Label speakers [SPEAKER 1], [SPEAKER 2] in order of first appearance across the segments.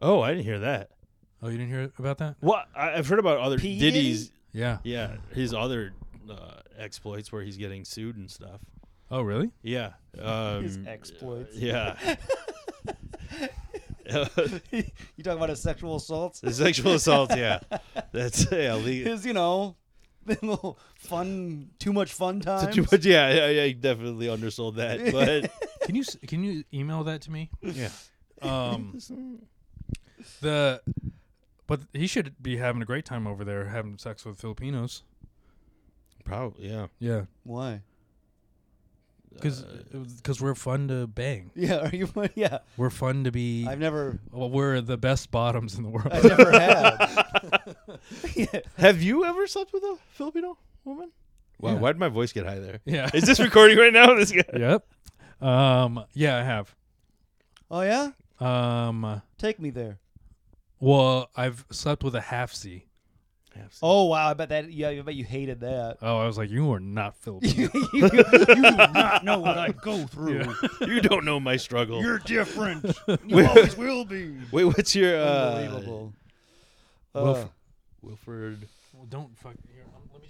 [SPEAKER 1] Oh, I didn't hear that.
[SPEAKER 2] Oh, you didn't hear about that?
[SPEAKER 1] Well, I, I've heard about other
[SPEAKER 3] P. Diddy?
[SPEAKER 1] Diddy's,
[SPEAKER 2] Yeah.
[SPEAKER 1] yeah, his other uh, exploits where he's getting sued and stuff.
[SPEAKER 2] Oh, really?
[SPEAKER 1] Yeah, um,
[SPEAKER 3] His exploits.
[SPEAKER 1] Yeah,
[SPEAKER 3] you talking about his sexual assaults?
[SPEAKER 1] the sexual assault. Yeah, that's yeah. Le-
[SPEAKER 3] His, you know, little fun, too much fun time.
[SPEAKER 1] too much. Yeah, yeah, yeah. He definitely undersold that, but
[SPEAKER 2] Can you s- can you email that to me?
[SPEAKER 1] yeah.
[SPEAKER 2] Um, the but he should be having a great time over there, having sex with Filipinos.
[SPEAKER 1] Probably, yeah.
[SPEAKER 2] Yeah,
[SPEAKER 3] Why?
[SPEAKER 1] uh,
[SPEAKER 2] because uh, we're fun to bang.
[SPEAKER 3] Yeah, are you? Yeah,
[SPEAKER 2] We're fun to be.
[SPEAKER 3] I've never,
[SPEAKER 2] well, we're the best bottoms in the world.
[SPEAKER 3] I never have. yeah.
[SPEAKER 1] Have you ever slept with a Filipino woman? Wow,
[SPEAKER 2] Yeah.
[SPEAKER 1] why did my voice get high there?
[SPEAKER 2] yeah.
[SPEAKER 1] Is this recording right now? This guy.
[SPEAKER 2] yep. Um. Yeah, I have.
[SPEAKER 3] Oh yeah,
[SPEAKER 2] Um.
[SPEAKER 3] take me there.
[SPEAKER 2] Well, I've slept with a half C.
[SPEAKER 3] Oh wow, I bet that. Yeah, I bet you hated that.
[SPEAKER 2] Oh, I was like, you are not Filipino.
[SPEAKER 3] you, you do not know what I go through.
[SPEAKER 1] You don't know my struggle.
[SPEAKER 3] different.
[SPEAKER 1] You always
[SPEAKER 3] will be.
[SPEAKER 1] Wait, what's your uh,
[SPEAKER 3] Unbelievable. Uh,
[SPEAKER 2] Wilf-
[SPEAKER 1] Wilford?
[SPEAKER 2] Well, don't fuck. Here, um, let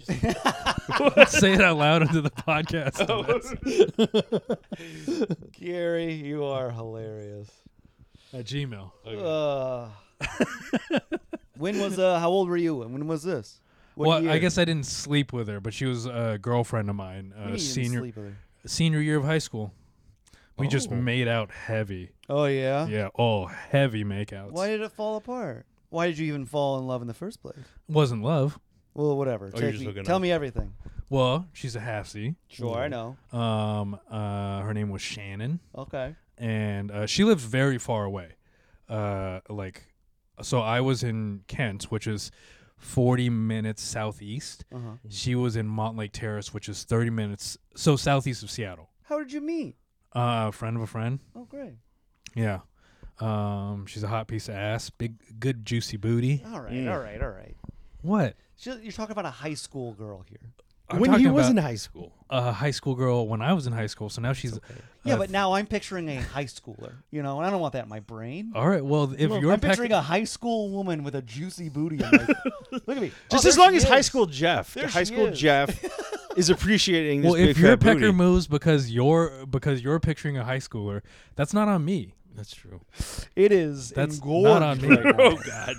[SPEAKER 2] me just say it out loud into the podcast.
[SPEAKER 3] Uh, Gary, you are hilarious.
[SPEAKER 2] At Gmail.
[SPEAKER 3] Uh, when was uh? How old were you? And when was this? What
[SPEAKER 2] well, I
[SPEAKER 3] year?
[SPEAKER 2] guess I didn't sleep with her, but she was a girlfriend of mine.
[SPEAKER 3] What do you mean
[SPEAKER 2] Uh,
[SPEAKER 3] you didn't
[SPEAKER 2] senior
[SPEAKER 3] sleep with her?
[SPEAKER 2] senior year of high school. We just
[SPEAKER 1] Oh.
[SPEAKER 2] made out heavy.
[SPEAKER 3] Oh yeah?
[SPEAKER 2] Yeah, oh, heavy makeouts.
[SPEAKER 3] Why did it fall apart? Why did you even fall in love in the first place?
[SPEAKER 2] Wasn't love.
[SPEAKER 3] Well, whatever.
[SPEAKER 1] Oh, you're
[SPEAKER 3] Take
[SPEAKER 1] just
[SPEAKER 3] me-
[SPEAKER 1] looking
[SPEAKER 3] tell
[SPEAKER 1] up. Mm.
[SPEAKER 3] me everything.
[SPEAKER 2] Well, she's a halfsy.
[SPEAKER 3] Sure, I know.
[SPEAKER 2] Um, uh, her name was Shannon.
[SPEAKER 3] Okay.
[SPEAKER 2] and uh, she lives very far away. Uh, like, so I was in Kent, which is 40 minutes southeast.
[SPEAKER 3] Uh-huh.
[SPEAKER 2] She was in Montlake Terrace, which is 30 minutes, so southeast of Seattle.
[SPEAKER 3] How did you meet?
[SPEAKER 2] Uh, friend of a friend.
[SPEAKER 3] Oh, great.
[SPEAKER 2] Yeah. Um, she's a hot piece of ass, big, good, juicy booty.
[SPEAKER 3] All right,
[SPEAKER 1] Mm.
[SPEAKER 3] all right, all right.
[SPEAKER 2] What?
[SPEAKER 3] She- You're talking about a high school girl here.
[SPEAKER 2] I'm
[SPEAKER 1] when he
[SPEAKER 2] talking
[SPEAKER 1] was
[SPEAKER 2] about
[SPEAKER 1] in high school.
[SPEAKER 2] a high school girl when I was in high school, so now she's.
[SPEAKER 3] Yeah,
[SPEAKER 2] uh,
[SPEAKER 3] but now I'm picturing a high schooler, you know, and I don't want that in my brain.
[SPEAKER 2] all right. Well, Uh, if you're
[SPEAKER 3] I'm
[SPEAKER 2] peck-
[SPEAKER 3] picturing a high school woman with a juicy booty. I'm like, look at me.
[SPEAKER 1] Just
[SPEAKER 3] Oh,
[SPEAKER 1] as
[SPEAKER 3] there
[SPEAKER 1] long
[SPEAKER 3] she
[SPEAKER 1] as high
[SPEAKER 3] is.
[SPEAKER 1] school Jeff,
[SPEAKER 3] There
[SPEAKER 1] high
[SPEAKER 3] she
[SPEAKER 1] school
[SPEAKER 3] is.
[SPEAKER 1] Jeff is appreciating this
[SPEAKER 2] well, if
[SPEAKER 1] big
[SPEAKER 2] your
[SPEAKER 1] fat
[SPEAKER 2] pecker
[SPEAKER 1] booty.
[SPEAKER 2] moves because you're because you're picturing a high schooler, that's not on me.
[SPEAKER 1] That's true.
[SPEAKER 3] It is.
[SPEAKER 2] That's
[SPEAKER 3] engorged
[SPEAKER 2] not on me.
[SPEAKER 3] right now.
[SPEAKER 1] Oh God.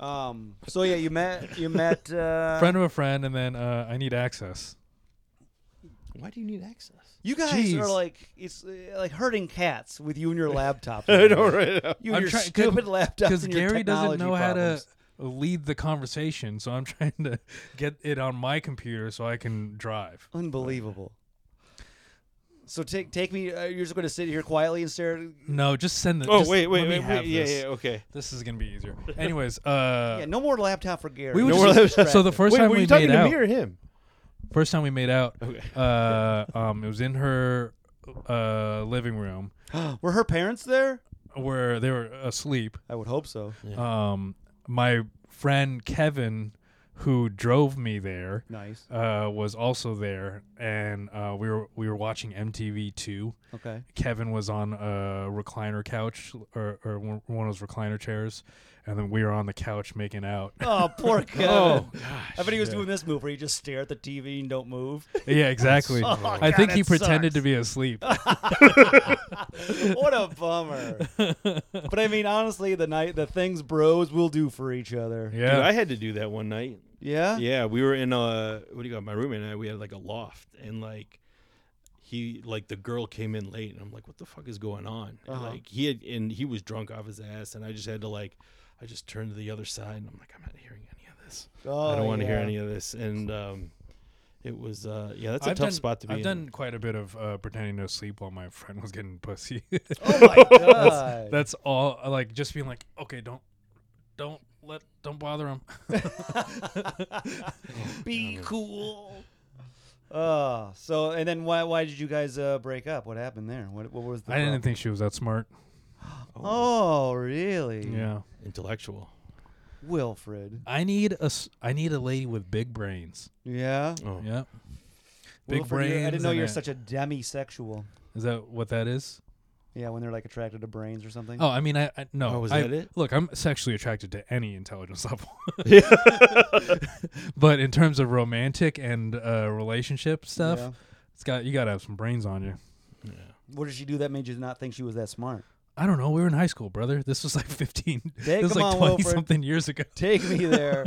[SPEAKER 3] Um. So yeah, you met. You met. Uh,
[SPEAKER 2] friend of a friend, and then uh, I need access.
[SPEAKER 1] Why do you need access?
[SPEAKER 3] You guys are
[SPEAKER 2] Jeez.
[SPEAKER 3] like it's uh, like herding cats with you and your laptop.
[SPEAKER 1] I know, Oh, right?
[SPEAKER 3] You and
[SPEAKER 2] I'm
[SPEAKER 3] your
[SPEAKER 2] try- 'cause-
[SPEAKER 3] stupid laptop.
[SPEAKER 2] Because
[SPEAKER 3] Because
[SPEAKER 2] Gary doesn't know how to lead the conversation, so I'm trying to get it on my computer so I can drive.
[SPEAKER 3] Unbelievable. So take take me. Uh, you're just going to sit here quietly and stare. at-
[SPEAKER 2] No, just send the.
[SPEAKER 1] Oh
[SPEAKER 2] just
[SPEAKER 1] wait, wait,
[SPEAKER 2] let me
[SPEAKER 1] wait,
[SPEAKER 2] have
[SPEAKER 1] wait. Yeah,
[SPEAKER 2] this.
[SPEAKER 1] yeah. Okay.
[SPEAKER 2] This is gonna be easier. Anyways, uh,
[SPEAKER 3] yeah, no more laptop for Gary.
[SPEAKER 2] we were
[SPEAKER 1] No
[SPEAKER 3] He's
[SPEAKER 1] more
[SPEAKER 2] just,
[SPEAKER 3] distracted.
[SPEAKER 2] so the first
[SPEAKER 1] wait,
[SPEAKER 2] time
[SPEAKER 1] were
[SPEAKER 2] we
[SPEAKER 1] you talking
[SPEAKER 2] made
[SPEAKER 1] to
[SPEAKER 2] out,
[SPEAKER 1] me or him?
[SPEAKER 2] first time we made out,
[SPEAKER 1] Okay.
[SPEAKER 2] uh, um, it was in her uh living room
[SPEAKER 3] were her parents there?
[SPEAKER 2] where they were asleep.
[SPEAKER 3] I would hope so.
[SPEAKER 2] Um, my friend Kevin, who drove me there,
[SPEAKER 3] Nice.
[SPEAKER 2] uh, was also there, and uh, we were we were watching MTV Two.
[SPEAKER 3] Okay.
[SPEAKER 2] Kevin was on a recliner couch or, or one one of those recliner chairs, and then we were on the couch making out.
[SPEAKER 3] Oh, poor Kevin.
[SPEAKER 2] Oh,
[SPEAKER 3] I bet he was doing this move where you just stare at the TV and don't move.
[SPEAKER 2] yeah, exactly.
[SPEAKER 3] Oh,
[SPEAKER 2] I
[SPEAKER 3] God,
[SPEAKER 2] think he
[SPEAKER 3] that
[SPEAKER 2] pretended
[SPEAKER 3] sucks.
[SPEAKER 2] to be asleep.
[SPEAKER 3] what a bummer. but I mean, honestly, the night the things bros will do for each other.
[SPEAKER 2] Yeah,
[SPEAKER 1] Dude, I had to do that one night.
[SPEAKER 3] Yeah.
[SPEAKER 1] Yeah, we were in a what do you call it? My roommate and I. We had like a loft, and like he like the girl came in late, and I'm like, what the fuck is going on? And,
[SPEAKER 3] Uh-huh.
[SPEAKER 1] Like he had and he was drunk off his ass, and I just had to like, I just turned to the other side, and I'm like, I'm not hearing any of this.
[SPEAKER 3] Oh,
[SPEAKER 1] I don't want to hear
[SPEAKER 3] yeah.
[SPEAKER 1] any of this, and um, it was uh, yeah, that's a
[SPEAKER 2] I've
[SPEAKER 1] tough
[SPEAKER 2] done-
[SPEAKER 1] spot to be
[SPEAKER 2] I've
[SPEAKER 1] in.
[SPEAKER 2] done quite a bit of uh, pretending to sleep while my friend was getting pussy.
[SPEAKER 3] Oh my god.
[SPEAKER 2] That's all. Like just being like, okay, don't, don't let, don't bother him.
[SPEAKER 3] Be cool. Uh, so and then why why did you guys uh, break up? What happened there? What what was the
[SPEAKER 2] I didn't
[SPEAKER 3] problem?
[SPEAKER 2] think she was that smart.
[SPEAKER 3] Oh, really?
[SPEAKER 1] Mm.
[SPEAKER 2] Yeah.
[SPEAKER 1] Intellectual.
[SPEAKER 3] Wilfred.
[SPEAKER 2] I need a s- I need a lady with big brains.
[SPEAKER 3] Yeah.
[SPEAKER 1] Oh,
[SPEAKER 2] Yeah. Big
[SPEAKER 3] Wilfred, you're-
[SPEAKER 2] brains.
[SPEAKER 3] I didn't know
[SPEAKER 2] and
[SPEAKER 3] you're
[SPEAKER 2] a-
[SPEAKER 3] such a demisexual.
[SPEAKER 2] Is that what that is?
[SPEAKER 3] Yeah, when they're like attracted to brains or something.
[SPEAKER 2] Oh, I mean, I, I no.
[SPEAKER 1] Oh, was
[SPEAKER 2] I-
[SPEAKER 1] that it?
[SPEAKER 2] Look, I'm sexually attracted to any intelligence level. but in terms of romantic and uh, relationship stuff,
[SPEAKER 3] Yeah.
[SPEAKER 2] it's got you got to have some brains on you.
[SPEAKER 3] What did she do that made you not think she was that smart?
[SPEAKER 2] I don't know. We were in high school, brother. This was like 15.
[SPEAKER 3] Hey,
[SPEAKER 2] this was
[SPEAKER 3] come
[SPEAKER 2] like
[SPEAKER 3] on,
[SPEAKER 2] 20
[SPEAKER 3] Wilfred.
[SPEAKER 2] something years ago.
[SPEAKER 3] Take me there.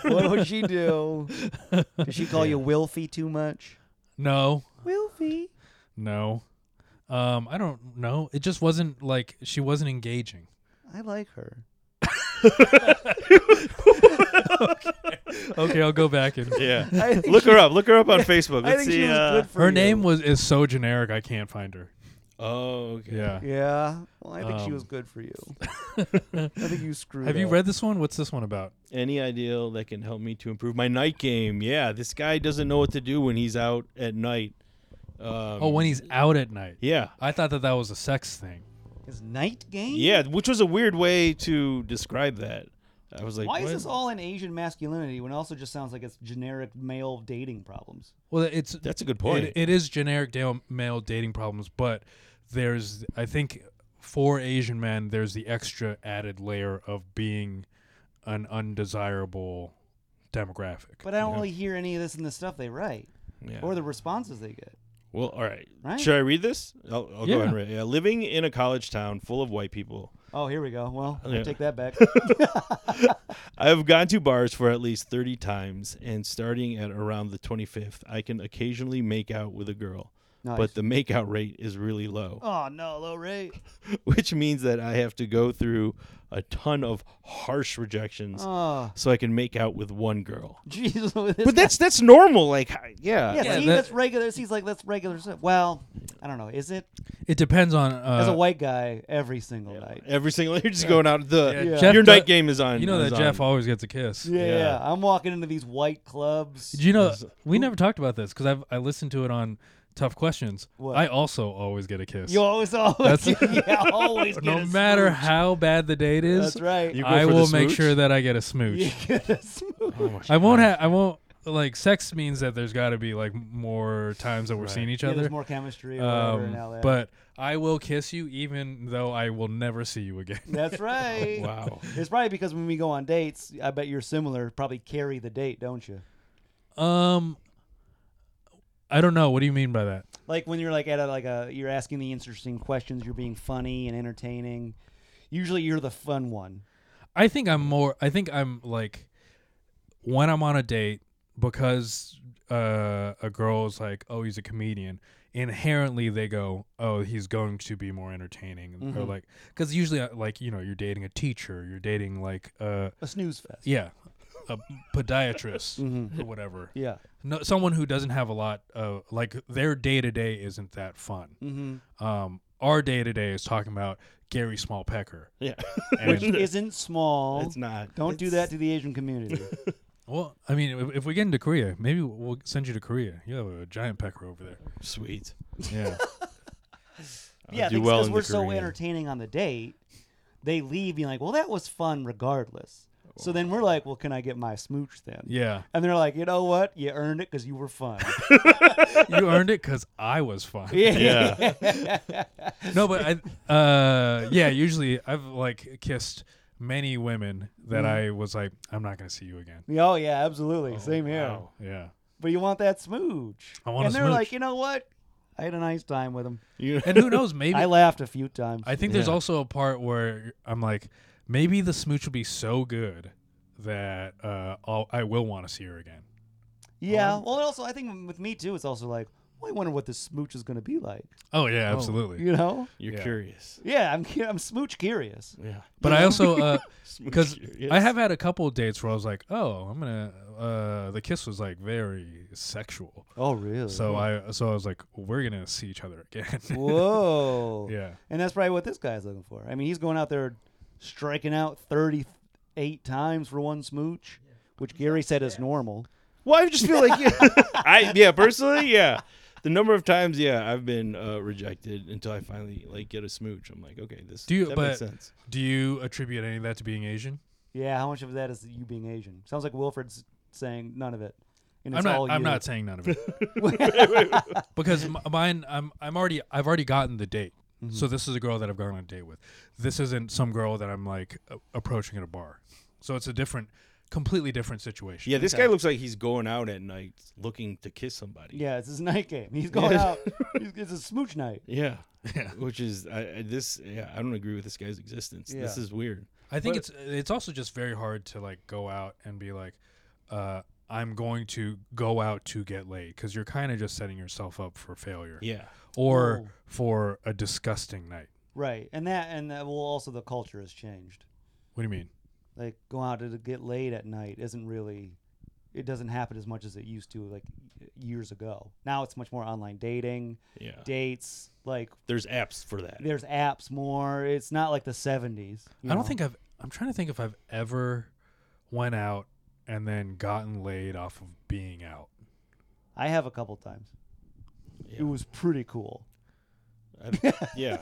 [SPEAKER 3] what would she do? Did she call you Wilfie too much?
[SPEAKER 2] No,
[SPEAKER 3] Wilfie.
[SPEAKER 2] no. Um, I don't know. It just wasn't like she wasn't engaging.
[SPEAKER 3] I like her.
[SPEAKER 2] Okay, I'll go back and.
[SPEAKER 1] Yeah.
[SPEAKER 3] I think
[SPEAKER 1] Look
[SPEAKER 3] she-
[SPEAKER 1] her up. Look her up on Facebook.
[SPEAKER 3] I
[SPEAKER 1] Let's
[SPEAKER 3] think
[SPEAKER 1] see.
[SPEAKER 3] she was
[SPEAKER 1] uh,
[SPEAKER 3] good for
[SPEAKER 2] Her
[SPEAKER 3] you.
[SPEAKER 2] name was is so generic I can't find her.
[SPEAKER 1] Oh, okay.
[SPEAKER 2] Yeah.
[SPEAKER 3] Yeah. Well, I think she was
[SPEAKER 2] Um,
[SPEAKER 3] good for you. I think you screwed.
[SPEAKER 2] Have you
[SPEAKER 3] up.
[SPEAKER 2] read this one? What's this one about?
[SPEAKER 1] Any ideal that can help me to improve my night game? Yeah, this guy doesn't know what to do when he's out at night. Um,
[SPEAKER 2] Oh, when he's out at night.
[SPEAKER 1] yeah,
[SPEAKER 2] I thought that that was a sex thing.
[SPEAKER 3] his night game?
[SPEAKER 1] yeah, which was a weird way to describe that. I was like,
[SPEAKER 3] Why is
[SPEAKER 1] what?
[SPEAKER 3] this all in Asian masculinity when it also just sounds like it's generic male dating problems?
[SPEAKER 2] Well, it's
[SPEAKER 1] That's a good point.
[SPEAKER 2] It, it is generic da- male dating problems, but there's I think for Asian men there's the extra added layer of being an undesirable demographic.
[SPEAKER 3] But I don't really hear any of this in the stuff they write
[SPEAKER 1] yeah.
[SPEAKER 3] or the responses they get.
[SPEAKER 1] Well, all right.
[SPEAKER 3] Right?
[SPEAKER 1] Should I read this? I'll, I'll
[SPEAKER 2] Yeah.
[SPEAKER 1] go ahead and read. it. Yeah, living in a college town full of white people,
[SPEAKER 3] Oh, here we go. Well, I
[SPEAKER 1] Yeah.
[SPEAKER 3] take that back.
[SPEAKER 1] I have gone to bars for at least thirty times, and starting at around the twenty-fifth, I can occasionally make out with a girl,
[SPEAKER 3] Nice.
[SPEAKER 1] but the makeout rate is really low.
[SPEAKER 3] oh no, low rate.
[SPEAKER 1] which means that I have to go through a ton of harsh rejections
[SPEAKER 3] Oh,
[SPEAKER 1] so I can make out with one girl.
[SPEAKER 3] Jesus. But
[SPEAKER 1] But that's that's normal. Like, I- yeah,
[SPEAKER 3] yeah,
[SPEAKER 2] Yeah,
[SPEAKER 3] see,
[SPEAKER 2] that-
[SPEAKER 3] that's regular. He's like that's regular stuff. Well, I don't know. Is it?
[SPEAKER 2] It depends on uh,
[SPEAKER 3] As a white guy, every single night.
[SPEAKER 1] every single you're just going out. The
[SPEAKER 2] Yeah,
[SPEAKER 3] Jeff
[SPEAKER 1] your
[SPEAKER 2] do-
[SPEAKER 1] night game is on.
[SPEAKER 2] you know
[SPEAKER 1] is
[SPEAKER 2] that
[SPEAKER 1] on.
[SPEAKER 2] Jeff always gets a kiss.
[SPEAKER 3] Yeah,
[SPEAKER 1] Yeah.
[SPEAKER 3] yeah, I'm walking into these white clubs.
[SPEAKER 2] Did you know we never talked about this because I've I listened to it on Tough Questions.
[SPEAKER 3] What?
[SPEAKER 2] I also always get a kiss.
[SPEAKER 3] You always, always, yeah, always. get
[SPEAKER 2] no
[SPEAKER 3] a
[SPEAKER 2] matter
[SPEAKER 3] smooch.
[SPEAKER 2] how bad the date is,
[SPEAKER 3] That's right.
[SPEAKER 1] You go
[SPEAKER 2] I
[SPEAKER 1] for the
[SPEAKER 2] will make
[SPEAKER 1] smooch?
[SPEAKER 2] sure that I get a smooch.
[SPEAKER 3] You get a smooch.
[SPEAKER 1] Oh my
[SPEAKER 2] I won't
[SPEAKER 1] God.
[SPEAKER 2] have. I won't like. Sex means that there's got to be like more times that we're seeing each
[SPEAKER 3] Yeah,
[SPEAKER 2] other.
[SPEAKER 3] there's more chemistry. Or whatever and all
[SPEAKER 2] um,
[SPEAKER 3] that.
[SPEAKER 2] but I will kiss you, even though I will never see you again.
[SPEAKER 3] that's right.
[SPEAKER 1] Wow.
[SPEAKER 3] It's probably because when we go on dates, I bet you're similar. Probably carry the date, don't you?
[SPEAKER 2] Um, I don't know. What do you mean by that?
[SPEAKER 3] Like when you're like at a, like a you're asking the interesting questions, you're being funny and entertaining. Usually, you're the fun one.
[SPEAKER 2] I think I'm more. I think I'm like when I'm on a date because uh, a girl is like, "Oh, he's a comedian." Inherently, they go, "Oh, he's going to be more entertaining," or like, because usually, uh, like you know, you're dating a teacher, you're dating like, uh,
[SPEAKER 3] A snooze fest.
[SPEAKER 2] yeah, a podiatrist or whatever.
[SPEAKER 3] Yeah.
[SPEAKER 2] No, someone who doesn't have a lot of like their day to day isn't that fun.
[SPEAKER 3] Mhm.
[SPEAKER 2] Um, our day to day is talking about Gary Smallpecker.
[SPEAKER 1] Yeah,
[SPEAKER 2] And-
[SPEAKER 3] Isn't small.
[SPEAKER 1] it's not.
[SPEAKER 3] Don't do that to the Asian community.
[SPEAKER 2] Well, I mean, if, if we get into Korea, maybe we'll send you to Korea. You have a giant pecker over there.
[SPEAKER 1] Sweet.
[SPEAKER 2] Yeah.
[SPEAKER 1] I'll
[SPEAKER 3] yeah,
[SPEAKER 1] Uh, do
[SPEAKER 3] because
[SPEAKER 1] well in the
[SPEAKER 3] we're so
[SPEAKER 1] Korean.
[SPEAKER 3] entertaining on the date, they leave being like, "Well, that was fun, regardless." So then we're like, "Well, can I get my smooch then?"
[SPEAKER 2] yeah.
[SPEAKER 3] And they're like, "You know what? You earned it because you were fun."
[SPEAKER 2] You earned it because I was fun.
[SPEAKER 1] Yeah,
[SPEAKER 2] No, but I, uh, yeah, usually I've like kissed many women that I was like, I'm not going to see you again.
[SPEAKER 3] Yeah, Oh yeah, absolutely. Same here.
[SPEAKER 2] Wow. Yeah.
[SPEAKER 3] But you want that smooch.
[SPEAKER 2] I want a
[SPEAKER 3] And they're
[SPEAKER 2] smooch.
[SPEAKER 3] like, you know what? I had a nice time with him.
[SPEAKER 1] You-
[SPEAKER 2] And who knows? Maybe
[SPEAKER 3] I laughed a few times.
[SPEAKER 2] I think there's
[SPEAKER 1] Yeah.
[SPEAKER 2] also a part where I'm like, maybe the smooch will be so good that uh, I'll, I will want to see her again.
[SPEAKER 3] yeah. well, and also I think with me too, it's also like, well, I wonder what this smooch is going to be like.
[SPEAKER 2] Oh yeah, absolutely.
[SPEAKER 3] You know?
[SPEAKER 1] You're
[SPEAKER 2] Yeah.
[SPEAKER 1] curious.
[SPEAKER 3] Yeah, I'm cu- I'm smooch curious.
[SPEAKER 1] Yeah.
[SPEAKER 2] But I also because
[SPEAKER 1] curious.
[SPEAKER 2] I have had a couple of dates where I was like, oh, I'm gonna. Uh, the kiss was like very sexual,
[SPEAKER 3] Oh really?
[SPEAKER 2] so
[SPEAKER 1] Mm-hmm.
[SPEAKER 2] I so I was like, we're gonna see each other again.
[SPEAKER 3] Whoa.
[SPEAKER 2] yeah,
[SPEAKER 3] And that's probably what this guy's looking for. I mean, he's going out there striking out 38 times for one smooch, which Gary said is normal.
[SPEAKER 1] Well, I just feel like I yeah personally yeah. The number of times yeah I've been uh, rejected until I finally like get a smooch. I'm like okay this
[SPEAKER 2] Do you-
[SPEAKER 1] that
[SPEAKER 2] but-
[SPEAKER 1] makes sense.
[SPEAKER 2] do you attribute any of that to being Asian?
[SPEAKER 3] Yeah, how much of that is you being Asian? Sounds like Wilfred's saying none of it. And
[SPEAKER 2] I'm
[SPEAKER 3] it's all
[SPEAKER 2] not. I'm
[SPEAKER 3] you.
[SPEAKER 2] not saying none of it because m- mine. I'm. I'm already. I've already gotten the date.
[SPEAKER 1] Mm-hmm.
[SPEAKER 2] So this is a girl that I've gone on a date with. This isn't some girl that I'm like a- approaching at a bar. So it's a different, completely different situation.
[SPEAKER 1] Yeah, this guy looks like he's going out at night looking to kiss somebody.
[SPEAKER 3] Yeah, it's his night game. He's going
[SPEAKER 1] Yeah.
[SPEAKER 3] out. He's, it's a smooch night.
[SPEAKER 1] Yeah.
[SPEAKER 2] Yeah.
[SPEAKER 1] Which is I, I, this. Yeah, I don't agree with this guy's existence. This
[SPEAKER 3] Yeah.
[SPEAKER 1] is weird.
[SPEAKER 2] I think
[SPEAKER 1] But-
[SPEAKER 2] it's it's also just very hard to like go out and be like, uh, I'm going to go out to get laid because you're kind of just setting yourself up for failure
[SPEAKER 1] Yeah.
[SPEAKER 2] or
[SPEAKER 3] Oh.
[SPEAKER 2] for a disgusting night.
[SPEAKER 3] Right. And that, and that, well, also the culture has changed.
[SPEAKER 2] What do you mean?
[SPEAKER 3] Like, going out to get laid at night isn't really, it doesn't happen as much as it used to, like, y- years ago. Now it's much more online dating,
[SPEAKER 1] Yeah.
[SPEAKER 3] dates, like,
[SPEAKER 1] There's apps for that.
[SPEAKER 3] there's apps more. It's not like the 70s. you
[SPEAKER 2] I
[SPEAKER 3] know?
[SPEAKER 2] don't think I've. I'm trying to think if I've ever went out and then gotten laid off of being out.
[SPEAKER 3] I have a couple times.
[SPEAKER 1] Yeah.
[SPEAKER 3] It was pretty cool.
[SPEAKER 1] I've, yeah.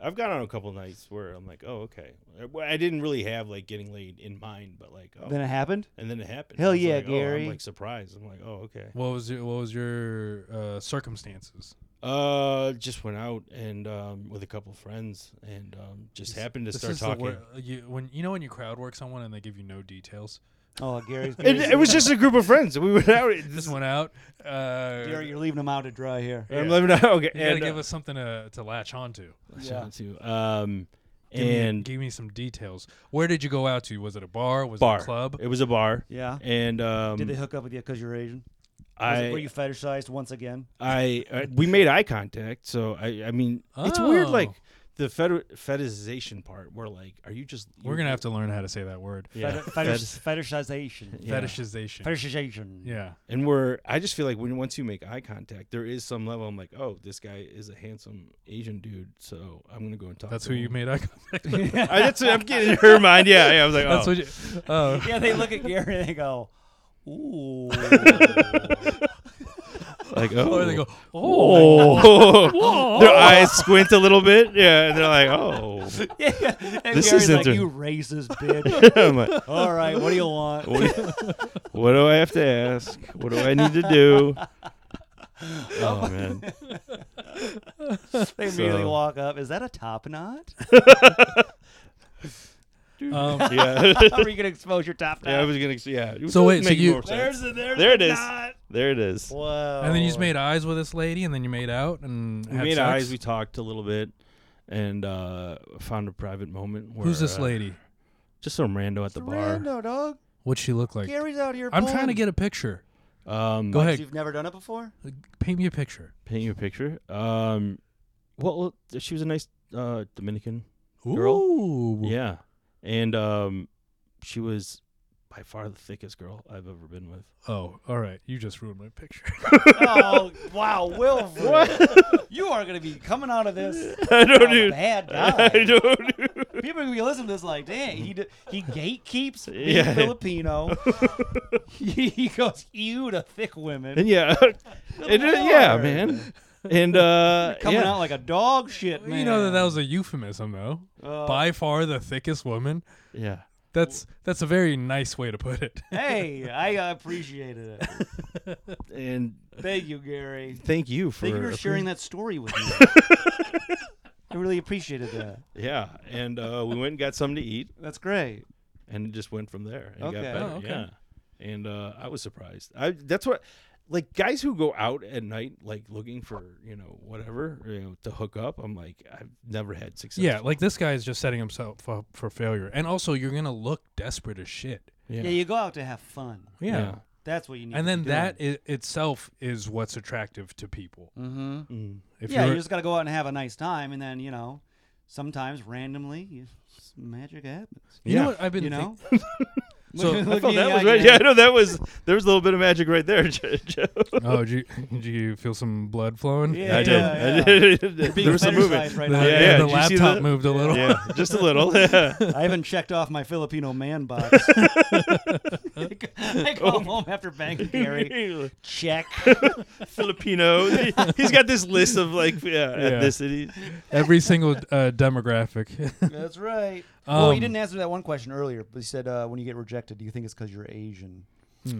[SPEAKER 1] I've gone on a couple nights where I'm like, oh, okay. Well, I didn't really have like getting laid in mind, but like, oh,
[SPEAKER 3] Then it happened.
[SPEAKER 1] and then it happened.
[SPEAKER 3] Hell
[SPEAKER 1] I was
[SPEAKER 3] yeah,
[SPEAKER 1] like, oh,
[SPEAKER 3] Gary.
[SPEAKER 1] I'm like surprised. I'm like, oh, okay.
[SPEAKER 2] What was your, what was your uh, circumstances?
[SPEAKER 1] Uh, just went out and um with a couple friends and um just
[SPEAKER 2] This-
[SPEAKER 1] happened to
[SPEAKER 2] this
[SPEAKER 1] start
[SPEAKER 2] is the
[SPEAKER 1] talking.
[SPEAKER 2] wor- uh, you, when you know when you crowd work someone and they give you no details.
[SPEAKER 3] Oh, Gary's.
[SPEAKER 1] It,
[SPEAKER 3] Gary's
[SPEAKER 1] it was just a group of friends. We went out.
[SPEAKER 2] This one out. Uh,
[SPEAKER 3] Gary, you're leaving him out to dry here.
[SPEAKER 1] And I'm living out. Okay.
[SPEAKER 2] You gotta
[SPEAKER 1] and,
[SPEAKER 2] give
[SPEAKER 1] uh,
[SPEAKER 2] us something to, to latch onto.
[SPEAKER 1] shout out to, Um,
[SPEAKER 2] Give me,
[SPEAKER 1] and
[SPEAKER 2] give me some details. Where did you go out to? Was it a bar? Was
[SPEAKER 1] bar.
[SPEAKER 2] it a club?
[SPEAKER 1] It was a bar.
[SPEAKER 3] Yeah.
[SPEAKER 1] And um,
[SPEAKER 3] Did they hook up with you because you're Asian? Was it-
[SPEAKER 1] I,
[SPEAKER 3] were you fetishized once again?
[SPEAKER 1] I, I, we made eye contact. So I, I mean, it's weird.
[SPEAKER 2] Oh.
[SPEAKER 1] Like the feder- fetishization part, where like, are you just?
[SPEAKER 2] We're gonna have to learn how to say that word.
[SPEAKER 1] Yeah. Fet-
[SPEAKER 3] Fet- fetish- fetishization.
[SPEAKER 1] yeah.
[SPEAKER 2] Fetishization.
[SPEAKER 3] Fetishization.
[SPEAKER 2] yeah.
[SPEAKER 1] And we're, I just feel like when once you make eye contact, there is some level. I'm like, oh, this guy is a handsome Asian dude, so I'm gonna go and talk.
[SPEAKER 2] That's
[SPEAKER 1] to
[SPEAKER 2] who
[SPEAKER 1] him.
[SPEAKER 2] you made eye contact with.
[SPEAKER 1] I, that's what I'm getting in her mind. Yeah, yeah. I was like,
[SPEAKER 2] That's
[SPEAKER 1] oh,
[SPEAKER 2] what you. Oh.
[SPEAKER 3] Yeah, they look at Gary and they go, ooh.
[SPEAKER 1] like oh,
[SPEAKER 2] Or they go, oh.
[SPEAKER 1] oh, their eyes squint a little bit. Yeah, and they're like, oh.
[SPEAKER 3] yeah. And
[SPEAKER 1] This
[SPEAKER 3] Gary's
[SPEAKER 1] is
[SPEAKER 3] like,
[SPEAKER 1] inter-
[SPEAKER 3] you racist bitch.
[SPEAKER 1] I'm like,
[SPEAKER 3] All right, what do you want?
[SPEAKER 1] what do, what do I have to ask? What do I need to do? Oh man,
[SPEAKER 3] They immediately
[SPEAKER 1] So-
[SPEAKER 3] walk up. Is that a top knot?
[SPEAKER 2] Um,
[SPEAKER 1] yeah.
[SPEAKER 3] How are you going to expose your top knot?
[SPEAKER 1] Yeah, I was gonna. say- Yeah.
[SPEAKER 2] So wait, so
[SPEAKER 1] Make
[SPEAKER 2] you-
[SPEAKER 1] more sense.
[SPEAKER 3] there's the, there's
[SPEAKER 1] There it
[SPEAKER 3] the
[SPEAKER 1] is.
[SPEAKER 3] knot.
[SPEAKER 1] There it is.
[SPEAKER 3] Whoa.
[SPEAKER 2] and then you just made eyes with this lady, and then you made out and
[SPEAKER 1] We
[SPEAKER 2] had
[SPEAKER 1] made
[SPEAKER 2] sex?
[SPEAKER 1] eyes. We talked a little bit, and uh, found a private moment. Where,
[SPEAKER 2] Who's this
[SPEAKER 1] uh,
[SPEAKER 2] lady?
[SPEAKER 1] Just some rando at the bar.
[SPEAKER 3] Rando, dog.
[SPEAKER 2] What'd she look like?
[SPEAKER 3] Gary's out here.
[SPEAKER 2] I'm trying to
[SPEAKER 3] pulling.
[SPEAKER 2] get a picture.
[SPEAKER 1] Um,
[SPEAKER 2] Go ahead,
[SPEAKER 3] You've never done it before?
[SPEAKER 2] paint me a picture.
[SPEAKER 1] paint you a picture. Um, well, she was a nice uh, Dominican Girl?
[SPEAKER 2] Ooh.
[SPEAKER 1] Yeah, and um, she was by far the thickest girl I've ever been with.
[SPEAKER 2] Oh, all right. You just ruined my picture.
[SPEAKER 3] oh wow, Wilfred, you are going to be coming out of this
[SPEAKER 1] I
[SPEAKER 3] a
[SPEAKER 1] don't do.
[SPEAKER 3] bad
[SPEAKER 1] I
[SPEAKER 3] guy.
[SPEAKER 1] don't do.
[SPEAKER 3] People are going to be listening to this like, dang, he d- he gatekeeps being
[SPEAKER 1] Yeah.
[SPEAKER 3] Filipino. he goes ew to thick women,
[SPEAKER 1] And yeah, and, uh, yeah, man. And uh,
[SPEAKER 3] coming
[SPEAKER 1] yeah.
[SPEAKER 3] out like a dog shit man.
[SPEAKER 2] you know that that was a euphemism, though.
[SPEAKER 3] Uh,
[SPEAKER 2] By far the thickest woman.
[SPEAKER 1] yeah.
[SPEAKER 2] That's that's a very nice way to put it.
[SPEAKER 3] hey, I appreciated it.
[SPEAKER 1] And
[SPEAKER 3] Thank you, Gary.
[SPEAKER 1] thank you for
[SPEAKER 3] Thank you for sharing
[SPEAKER 1] appre-
[SPEAKER 3] that story with me. I really appreciated that.
[SPEAKER 1] Yeah, and uh, we went and got something to eat,
[SPEAKER 3] That's great.
[SPEAKER 1] and it just went from there. And
[SPEAKER 3] Okay.
[SPEAKER 1] Got better.
[SPEAKER 2] Oh, okay.
[SPEAKER 1] Yeah. And uh, I was surprised. I that's what. Like guys who go out at night, like looking for you know whatever you know to hook up. I'm like, I've never had success.
[SPEAKER 2] yeah, like this guy is just setting himself up for failure. And also, you're gonna look desperate as shit.
[SPEAKER 1] yeah,
[SPEAKER 3] Yeah, you go out to have fun.
[SPEAKER 2] Yeah.
[SPEAKER 1] Yeah.
[SPEAKER 3] That's what you need.
[SPEAKER 2] And
[SPEAKER 3] to
[SPEAKER 2] then
[SPEAKER 3] be
[SPEAKER 2] that i- itself is what's attractive to people.
[SPEAKER 3] Mm-hmm.
[SPEAKER 1] Mm.
[SPEAKER 2] If
[SPEAKER 3] yeah,
[SPEAKER 2] you're,
[SPEAKER 3] you just got to go out and have a nice time, and then you know, sometimes randomly, you, s- magic happens.
[SPEAKER 2] you
[SPEAKER 1] Yeah.
[SPEAKER 2] know what I've been
[SPEAKER 3] You
[SPEAKER 2] thinking.
[SPEAKER 3] know,
[SPEAKER 2] So- I
[SPEAKER 1] I thought that was right. Yeah, I know that was there was a little bit of magic right there, Joe.
[SPEAKER 2] Oh, did you, did you feel some blood flowing?
[SPEAKER 3] Yeah,
[SPEAKER 1] I did.
[SPEAKER 3] yeah.
[SPEAKER 1] I did.
[SPEAKER 3] Being
[SPEAKER 1] there was some movement.
[SPEAKER 3] fetishized right
[SPEAKER 2] The,
[SPEAKER 3] now.
[SPEAKER 1] Yeah,
[SPEAKER 2] yeah,
[SPEAKER 1] yeah,
[SPEAKER 2] the
[SPEAKER 1] did you see
[SPEAKER 2] laptop
[SPEAKER 1] that?
[SPEAKER 2] moved a little.
[SPEAKER 1] Yeah, just a little. Yeah.
[SPEAKER 3] I haven't checked off my Filipino man box. I
[SPEAKER 2] Oh.
[SPEAKER 3] go home after banking Gary. Check.
[SPEAKER 1] Filipino. He's got this list of like yeah,
[SPEAKER 2] Yeah.
[SPEAKER 1] ethnicities.
[SPEAKER 2] Every single uh, demographic.
[SPEAKER 3] That's right. Oh, you
[SPEAKER 2] Um,
[SPEAKER 3] didn't answer that one question earlier. But you said uh, when you get rejected, do you think it's because you're Asian?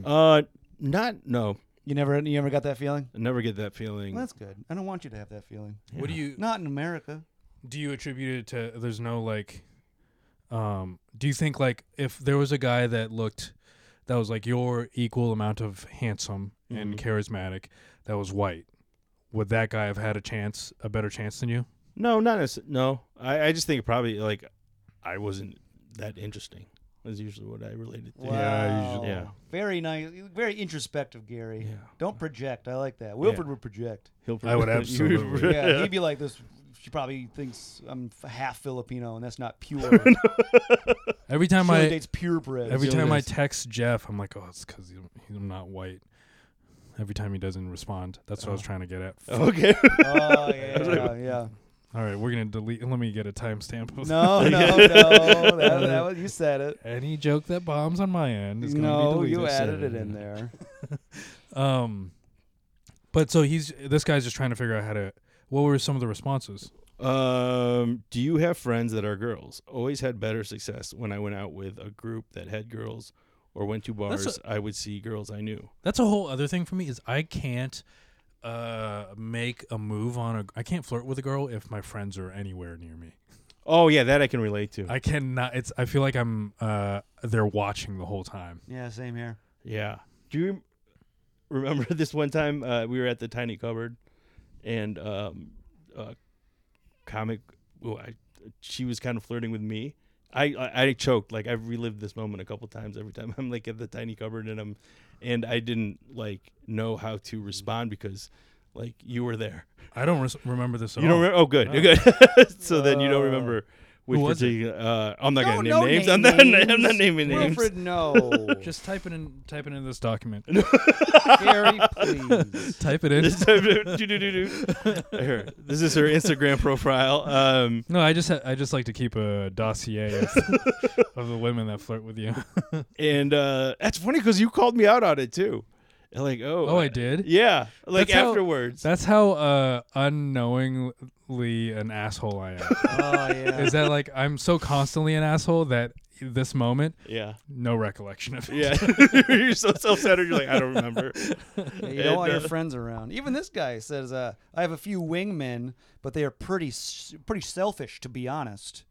[SPEAKER 1] Uh, not no.
[SPEAKER 3] You never, you never got that feeling.
[SPEAKER 1] I never get that feeling.
[SPEAKER 3] Well, that's good. I don't want you to have that feeling.
[SPEAKER 2] What do you?
[SPEAKER 3] Not in America.
[SPEAKER 2] Do you attribute it to there's no like um do you think like if there was a guy that looked that was like your equal amount of handsome and
[SPEAKER 3] Mhm.
[SPEAKER 2] charismatic that was white, would that guy have had a chance a better chance than you?
[SPEAKER 1] No, not as no. I, I just think probably like I wasn't that interesting. Is usually what I related to.
[SPEAKER 2] Yeah, usually-
[SPEAKER 3] Wow.
[SPEAKER 1] yeah.
[SPEAKER 3] Very nice. Very introspective, Gary.
[SPEAKER 1] Yeah.
[SPEAKER 3] Don't project. I like that. Wilfred would project.
[SPEAKER 1] He'll
[SPEAKER 2] I would
[SPEAKER 1] you-
[SPEAKER 2] absolutely.
[SPEAKER 3] Yeah, he'd be like this. She probably thinks I'm f- half Filipino, and that's not pure.
[SPEAKER 2] Every time
[SPEAKER 3] she only
[SPEAKER 2] I
[SPEAKER 3] dates purebred.
[SPEAKER 2] Every
[SPEAKER 1] That's the
[SPEAKER 2] time I
[SPEAKER 1] only
[SPEAKER 2] text Jeff, I'm like, oh, it's because he's not white. Every time he doesn't respond, that's what I was trying to get at.
[SPEAKER 1] Okay.
[SPEAKER 3] oh yeah, yeah, yeah.
[SPEAKER 2] All right, we're gonna delete. Let me get a timestamp. of-
[SPEAKER 3] No, no, no. That, that was, you said it.
[SPEAKER 2] Any joke that bombs on my end is gonna
[SPEAKER 3] No,
[SPEAKER 2] be deleted.
[SPEAKER 3] you added it in there.
[SPEAKER 2] Um, but so he's this guy's just trying to figure out how to. What were some of the responses?
[SPEAKER 1] Um, do you have friends that are girls? Always had better success when I went out with a group that had girls or went to
[SPEAKER 2] That's
[SPEAKER 1] bars. I would see girls I knew.
[SPEAKER 2] That's a whole other thing for me. Is I can't uh make a move on a i can't flirt with a girl if my friends are anywhere near me
[SPEAKER 1] Oh yeah, that I can relate to.
[SPEAKER 2] i cannot it's i feel like i'm uh they're watching the whole time
[SPEAKER 3] Yeah, same here.
[SPEAKER 1] yeah. Do you remember this one time uh, we were at the tiny cupboard and um, uh, comic? Well, I, she was kind of flirting with me. I, I I choked like I've relived this moment a couple times every time I'm like at the tiny cupboard and I'm and I didn't like know how to respond because like you were there.
[SPEAKER 2] I don't res- remember this at
[SPEAKER 1] You don't
[SPEAKER 2] all.
[SPEAKER 1] remember? Oh, good. You're good. so then you don't remember which
[SPEAKER 2] Who was it?
[SPEAKER 1] particular. Uh, I'm not
[SPEAKER 3] No,
[SPEAKER 1] gonna name
[SPEAKER 3] no
[SPEAKER 1] names.
[SPEAKER 3] name
[SPEAKER 1] I'm not. I'm not
[SPEAKER 3] names.
[SPEAKER 1] naming names.
[SPEAKER 3] Wilfred, no.
[SPEAKER 2] Just type it in. Type it in this document.
[SPEAKER 3] Gary, please.
[SPEAKER 2] type it in.
[SPEAKER 1] This, do-do-do-do. Here, this is her Instagram profile. Um,
[SPEAKER 2] No, I just ha- I just like to keep a dossier of, of the women that flirt with you.
[SPEAKER 1] and uh, that's funny because you called me out on it too. And like, oh,
[SPEAKER 2] Oh,
[SPEAKER 1] uh,
[SPEAKER 2] I did.
[SPEAKER 1] Yeah, like
[SPEAKER 2] That's how-
[SPEAKER 1] afterwards.
[SPEAKER 2] That's how uh, unknowingly an asshole I am.
[SPEAKER 3] Oh yeah.
[SPEAKER 2] Is that like I'm so constantly an asshole that this moment,
[SPEAKER 1] yeah,
[SPEAKER 2] no recollection of it.
[SPEAKER 1] yeah. you're so self-centered. You're like, I don't remember.
[SPEAKER 3] Yeah, you don't want your
[SPEAKER 1] And, uh,
[SPEAKER 3] friends around. Even this guy says, uh, "I have a few wingmen, but they are pretty s- pretty selfish, to be honest.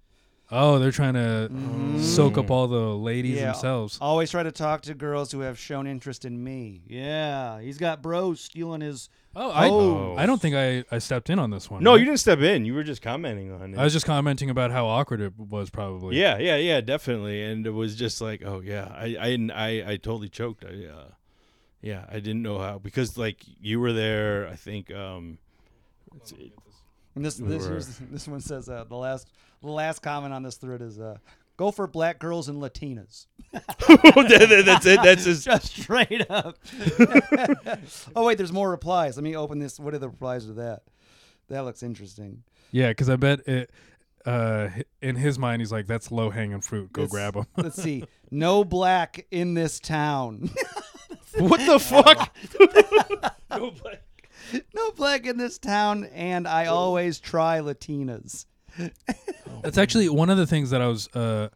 [SPEAKER 2] Oh, they're trying to
[SPEAKER 1] Mm.
[SPEAKER 2] soak up all the ladies
[SPEAKER 3] Yeah.
[SPEAKER 1] Uh,
[SPEAKER 2] themselves.
[SPEAKER 3] Always try to talk to girls who have shown interest in me. Yeah, he's got bros stealing his.
[SPEAKER 2] Oh, I,
[SPEAKER 1] Oh.
[SPEAKER 2] I don't think I, I stepped in on this one.
[SPEAKER 1] No,
[SPEAKER 2] right?
[SPEAKER 1] you didn't step in. You were just commenting on it.
[SPEAKER 2] I was just commenting about how awkward it was, probably.
[SPEAKER 1] Yeah, yeah, yeah, definitely. And it was just like, oh yeah, I, I, didn't- I, I totally choked. I, uh, yeah, I didn't know how because like you were there. I think. Um,
[SPEAKER 3] And this this here's, this one says uh, the last the last comment on this thread is, uh, "Go for black girls and Latinas."
[SPEAKER 1] that- that- that's it. That's his.
[SPEAKER 3] Just straight up. oh wait, there's more replies. Let me open this. What are the replies to that? That looks interesting.
[SPEAKER 2] Yeah, because I bet it. Uh, hi- in his mind, he's like, "That's low hanging fruit. Go
[SPEAKER 3] Let's-
[SPEAKER 2] grab 'em. grab
[SPEAKER 3] Let's see. No black in this town.
[SPEAKER 1] What the fuck?
[SPEAKER 3] no black in this town, and I always try Latinas.
[SPEAKER 2] them." That's actually one of the things that I was. Uh,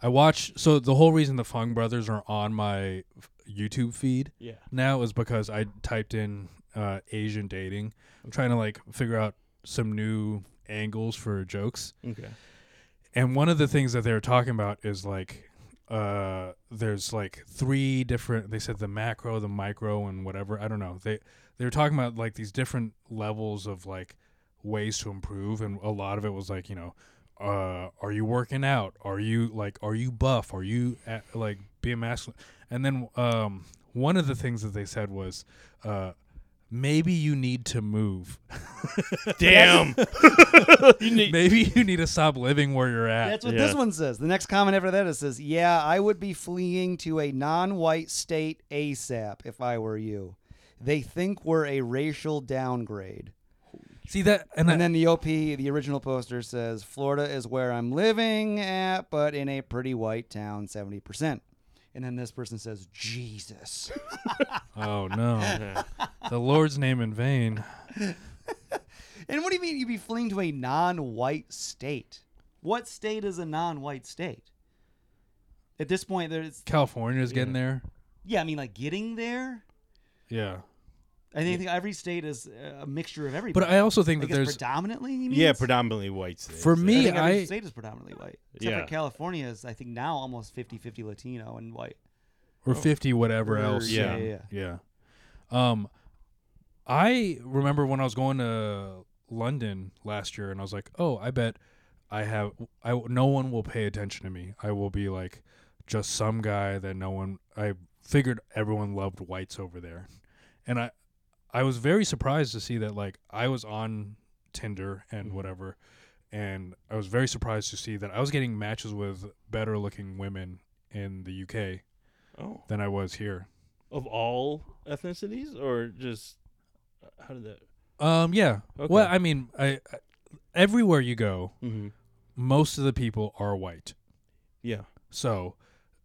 [SPEAKER 2] I watched. So the whole reason the Fung Brothers are on my f- YouTube feed
[SPEAKER 1] yeah.
[SPEAKER 2] now is because I typed in uh, Asian dating. I'm trying to like figure out some new angles for jokes.
[SPEAKER 1] Okay.
[SPEAKER 2] And one of the things that they were talking about is like uh there's like three different they said the macro, the micro and whatever. I don't know. They they were talking about like these different levels of like ways to improve and a lot of it was like, you know, uh are you working out? Are you like are you buff? Are you at, like being masculine? And then um one of the things that they said was uh maybe you need to move.
[SPEAKER 1] Damn. you need.
[SPEAKER 2] maybe you need to stop living where you're at.
[SPEAKER 3] That's what
[SPEAKER 1] Yeah.
[SPEAKER 3] this one says. The next comment after that it says, "Yeah, I would be fleeing to a non-white state ASAP if I were you. They think we're a racial downgrade."
[SPEAKER 2] See that and,
[SPEAKER 3] And
[SPEAKER 2] I,
[SPEAKER 3] then the OP, the original poster says, Florida is where I'm living at, but in a pretty white town, 70%. And then this person says, Jesus.
[SPEAKER 2] Oh no. the Lord's name in vain.
[SPEAKER 3] and what do you mean you'd be fleeing to a non white state? What state is a non white state? At this point, there's,
[SPEAKER 2] California's getting there.
[SPEAKER 3] yeah, I mean, like getting there?
[SPEAKER 2] Yeah.
[SPEAKER 3] I think every state is uh, a mixture of everything.
[SPEAKER 2] But I also think
[SPEAKER 3] I
[SPEAKER 2] that
[SPEAKER 3] guess
[SPEAKER 2] there's
[SPEAKER 3] predominantly. He means?
[SPEAKER 1] Yeah, predominantly white states.
[SPEAKER 2] For
[SPEAKER 1] yeah.
[SPEAKER 2] me-
[SPEAKER 3] I think every
[SPEAKER 2] I-
[SPEAKER 3] state is predominantly white. Except
[SPEAKER 1] Yeah.
[SPEAKER 3] for California is, I think, now almost 50-50 Latino and white.
[SPEAKER 2] or 50 whatever
[SPEAKER 3] Or-
[SPEAKER 2] else.
[SPEAKER 1] yeah,
[SPEAKER 3] yeah, yeah.
[SPEAKER 2] Yeah. Um I remember when I was going to London last year and I was like, "Oh, I bet I have I no one will pay attention to me. I will be like just some guy that no one I figured everyone loved whites over there." And I I was very surprised to see that like I was on Tinder and whatever and I was very surprised to see that I was getting matches with better looking women in the UK
[SPEAKER 1] Oh,
[SPEAKER 2] than I was here.
[SPEAKER 1] of all ethnicities, or just uh, how did that?
[SPEAKER 2] Um, yeah.
[SPEAKER 1] Okay.
[SPEAKER 2] Well, I mean, I, I everywhere you go,
[SPEAKER 1] Mm-hmm.
[SPEAKER 2] most of the people are white.
[SPEAKER 1] Yeah.
[SPEAKER 2] So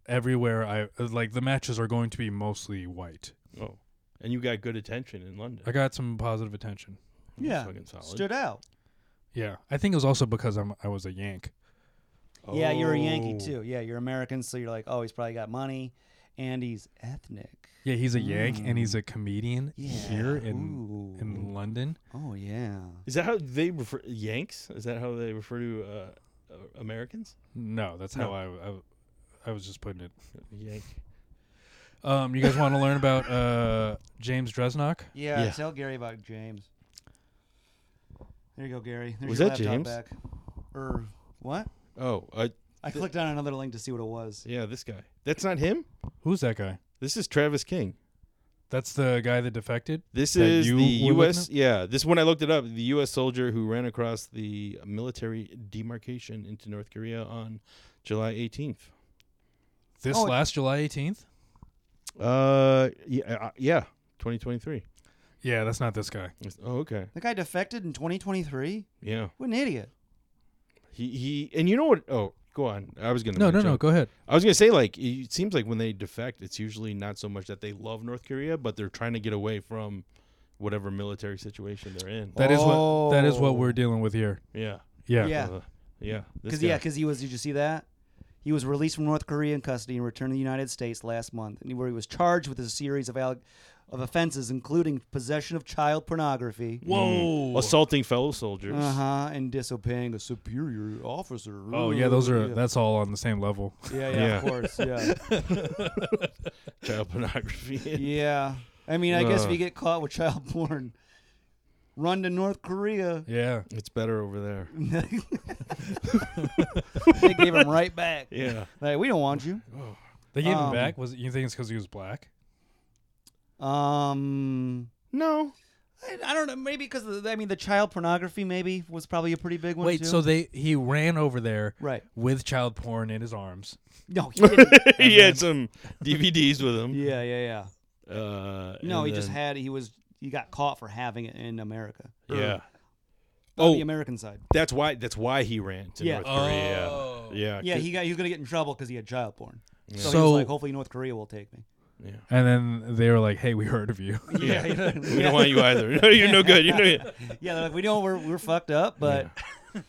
[SPEAKER 2] everywhere I like the matches are going to be mostly white.
[SPEAKER 1] Oh, and you got good attention in London.
[SPEAKER 2] I got some positive attention.
[SPEAKER 1] That's
[SPEAKER 3] Yeah.
[SPEAKER 1] fucking solid.
[SPEAKER 3] Stood out.
[SPEAKER 2] Yeah, I think it was also because I'm I was a Yank.
[SPEAKER 3] Yeah, you're a Yankee
[SPEAKER 1] Oh.
[SPEAKER 3] too. Yeah, you're American, so you're like, oh, he's probably got money, and he's ethnic.
[SPEAKER 2] Yeah, he's a Yank and he's a comedian
[SPEAKER 3] Mm. Yeah.
[SPEAKER 2] here in
[SPEAKER 3] Ooh.
[SPEAKER 2] in London.
[SPEAKER 3] oh yeah.
[SPEAKER 1] Is that how they refer Yanks? Is that how they refer to uh, uh, Americans?
[SPEAKER 2] No, that's
[SPEAKER 1] No.
[SPEAKER 2] how I, I I was just putting it.
[SPEAKER 1] Yank.
[SPEAKER 2] Um, you guys want to learn about uh James Dresnock?
[SPEAKER 3] yeah.
[SPEAKER 1] Yeah.
[SPEAKER 3] Tell Gary about James. There you go, Gary. There's
[SPEAKER 1] Was
[SPEAKER 3] your
[SPEAKER 1] that
[SPEAKER 3] laptop
[SPEAKER 1] James?
[SPEAKER 3] Back. Or what?
[SPEAKER 1] Oh, uh,
[SPEAKER 3] I clicked on another link to see what it was.
[SPEAKER 1] yeah, this guy. That's not him.
[SPEAKER 2] Who's that guy?
[SPEAKER 1] This is Travis King.
[SPEAKER 2] That's the guy that defected.
[SPEAKER 1] This
[SPEAKER 2] That
[SPEAKER 1] is
[SPEAKER 2] you
[SPEAKER 1] the
[SPEAKER 2] were looking
[SPEAKER 1] U.S.
[SPEAKER 2] up?
[SPEAKER 1] Yeah, this when I looked it up, the U.S. soldier who ran across the military demarcation into North Korea on July 18th.
[SPEAKER 2] This
[SPEAKER 3] Oh, it-
[SPEAKER 2] last July 18th?
[SPEAKER 1] Uh, yeah, uh, yeah, 2023.
[SPEAKER 2] Yeah, that's not this guy.
[SPEAKER 1] It's- Oh, okay.
[SPEAKER 3] The guy defected in 2023.
[SPEAKER 1] Yeah,
[SPEAKER 3] What an idiot!
[SPEAKER 1] he he, and you know what? Oh, go on. I was gonna
[SPEAKER 2] No, no,
[SPEAKER 1] mention-
[SPEAKER 2] no. Go ahead.
[SPEAKER 1] I was gonna say like it seems like when they defect, it's usually not so much that they love North Korea, but they're trying to get away from whatever military situation they're in.
[SPEAKER 2] That is what that is
[SPEAKER 3] Oh.
[SPEAKER 2] what we're dealing with here.
[SPEAKER 1] Yeah,
[SPEAKER 2] Yeah.
[SPEAKER 3] Yeah.
[SPEAKER 1] Uh, yeah. this
[SPEAKER 3] Because yeah,
[SPEAKER 1] guy.
[SPEAKER 3] because he was. Did you see that? He was released from North Korean custody and returned to the United States last month, and where he was charged with a series of alleg- of offenses, including possession of child pornography,
[SPEAKER 2] Whoa.
[SPEAKER 1] assaulting fellow soldiers.
[SPEAKER 3] uh huh, and disobeying a superior officer.
[SPEAKER 2] Oh yeah, those are
[SPEAKER 3] yeah,
[SPEAKER 2] that's all on the same level.
[SPEAKER 3] yeah, yeah,
[SPEAKER 1] Yeah.
[SPEAKER 3] of course, yeah,
[SPEAKER 1] child pornography.
[SPEAKER 3] yeah. I mean, I guess if
[SPEAKER 1] Ugh.
[SPEAKER 3] you get caught with child porn, run to North Korea.
[SPEAKER 2] Yeah.
[SPEAKER 1] It's better over there.
[SPEAKER 3] they gave him right back.
[SPEAKER 1] Yeah.
[SPEAKER 3] Like, we don't want you.
[SPEAKER 2] They gave
[SPEAKER 3] Um,
[SPEAKER 2] him back. Was it, you think it's because he was black?
[SPEAKER 3] Um.
[SPEAKER 1] No.
[SPEAKER 3] I, I don't know. Maybe because I mean, the child pornography maybe was probably a pretty big one.
[SPEAKER 2] Wait,
[SPEAKER 3] too.
[SPEAKER 2] so they he ran over there
[SPEAKER 3] right?
[SPEAKER 2] with child porn in his arms.
[SPEAKER 3] No, he didn't.
[SPEAKER 1] he had some DVDs with him.
[SPEAKER 3] yeah, yeah, yeah.
[SPEAKER 1] Uh,
[SPEAKER 3] No,
[SPEAKER 1] and
[SPEAKER 3] he just
[SPEAKER 1] then-
[SPEAKER 3] had. He was. He got caught for having it in America. Or
[SPEAKER 1] Yeah.
[SPEAKER 3] on
[SPEAKER 1] Oh,
[SPEAKER 3] the American side.
[SPEAKER 1] that's why. That's why he ran to
[SPEAKER 3] Yeah.
[SPEAKER 1] North Korea.
[SPEAKER 2] Oh.
[SPEAKER 1] Yeah.
[SPEAKER 3] Yeah, he got. He was gonna get in trouble because he had child porn. So, he
[SPEAKER 2] So-
[SPEAKER 3] was like, hopefully North Korea will take me.
[SPEAKER 1] yeah.
[SPEAKER 2] And then they were like, "Hey, we heard of you."
[SPEAKER 1] Yeah.
[SPEAKER 3] you know-
[SPEAKER 1] We don't want you either. No, you're no good. You're no good.
[SPEAKER 3] Yeah, they're like we know we're we're fucked up, but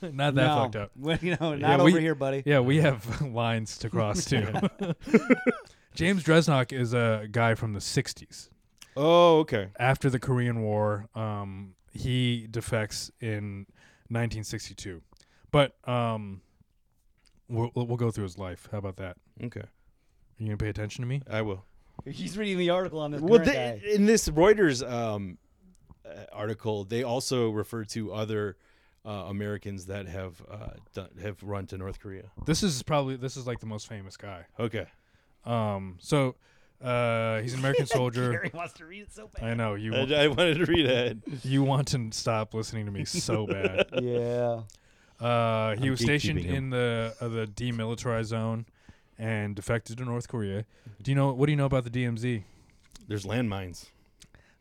[SPEAKER 2] not that
[SPEAKER 3] no,
[SPEAKER 2] fucked up.
[SPEAKER 3] Well, you know, not
[SPEAKER 2] Yeah,
[SPEAKER 3] over
[SPEAKER 2] we-
[SPEAKER 3] here, buddy.
[SPEAKER 2] Yeah, we have lines to cross too. James Dresnock is a guy from the '60s.
[SPEAKER 1] Oh, okay.
[SPEAKER 2] after the Korean War, um, he defects in 1962. But um, we'll, we'll go through his life. How about that?
[SPEAKER 1] Okay.
[SPEAKER 2] Are you gonna pay attention to me?
[SPEAKER 1] I will.
[SPEAKER 3] He's reading the article on this
[SPEAKER 1] Well,
[SPEAKER 3] current
[SPEAKER 1] they,
[SPEAKER 3] guy.
[SPEAKER 1] in this Reuters um, uh, article, they also refer to other uh, Americans that have uh, done, have run to North Korea.
[SPEAKER 2] This is probably this is like the most famous guy.
[SPEAKER 1] Okay.
[SPEAKER 2] Um, so uh, he's an American soldier.
[SPEAKER 3] Gary wants to read it so bad.
[SPEAKER 2] I know you.
[SPEAKER 1] I,
[SPEAKER 2] wa-
[SPEAKER 1] I wanted to read that.
[SPEAKER 2] You want to stop listening to me so bad.
[SPEAKER 3] Yeah.
[SPEAKER 2] Uh, he
[SPEAKER 1] I'm
[SPEAKER 2] was stationed
[SPEAKER 1] gatekeeping him.
[SPEAKER 2] in the uh, the demilitarized zone, and defected to North Korea.
[SPEAKER 1] Mm-hmm.
[SPEAKER 2] Do you know what do you know about the DMZ?
[SPEAKER 1] There's landmines.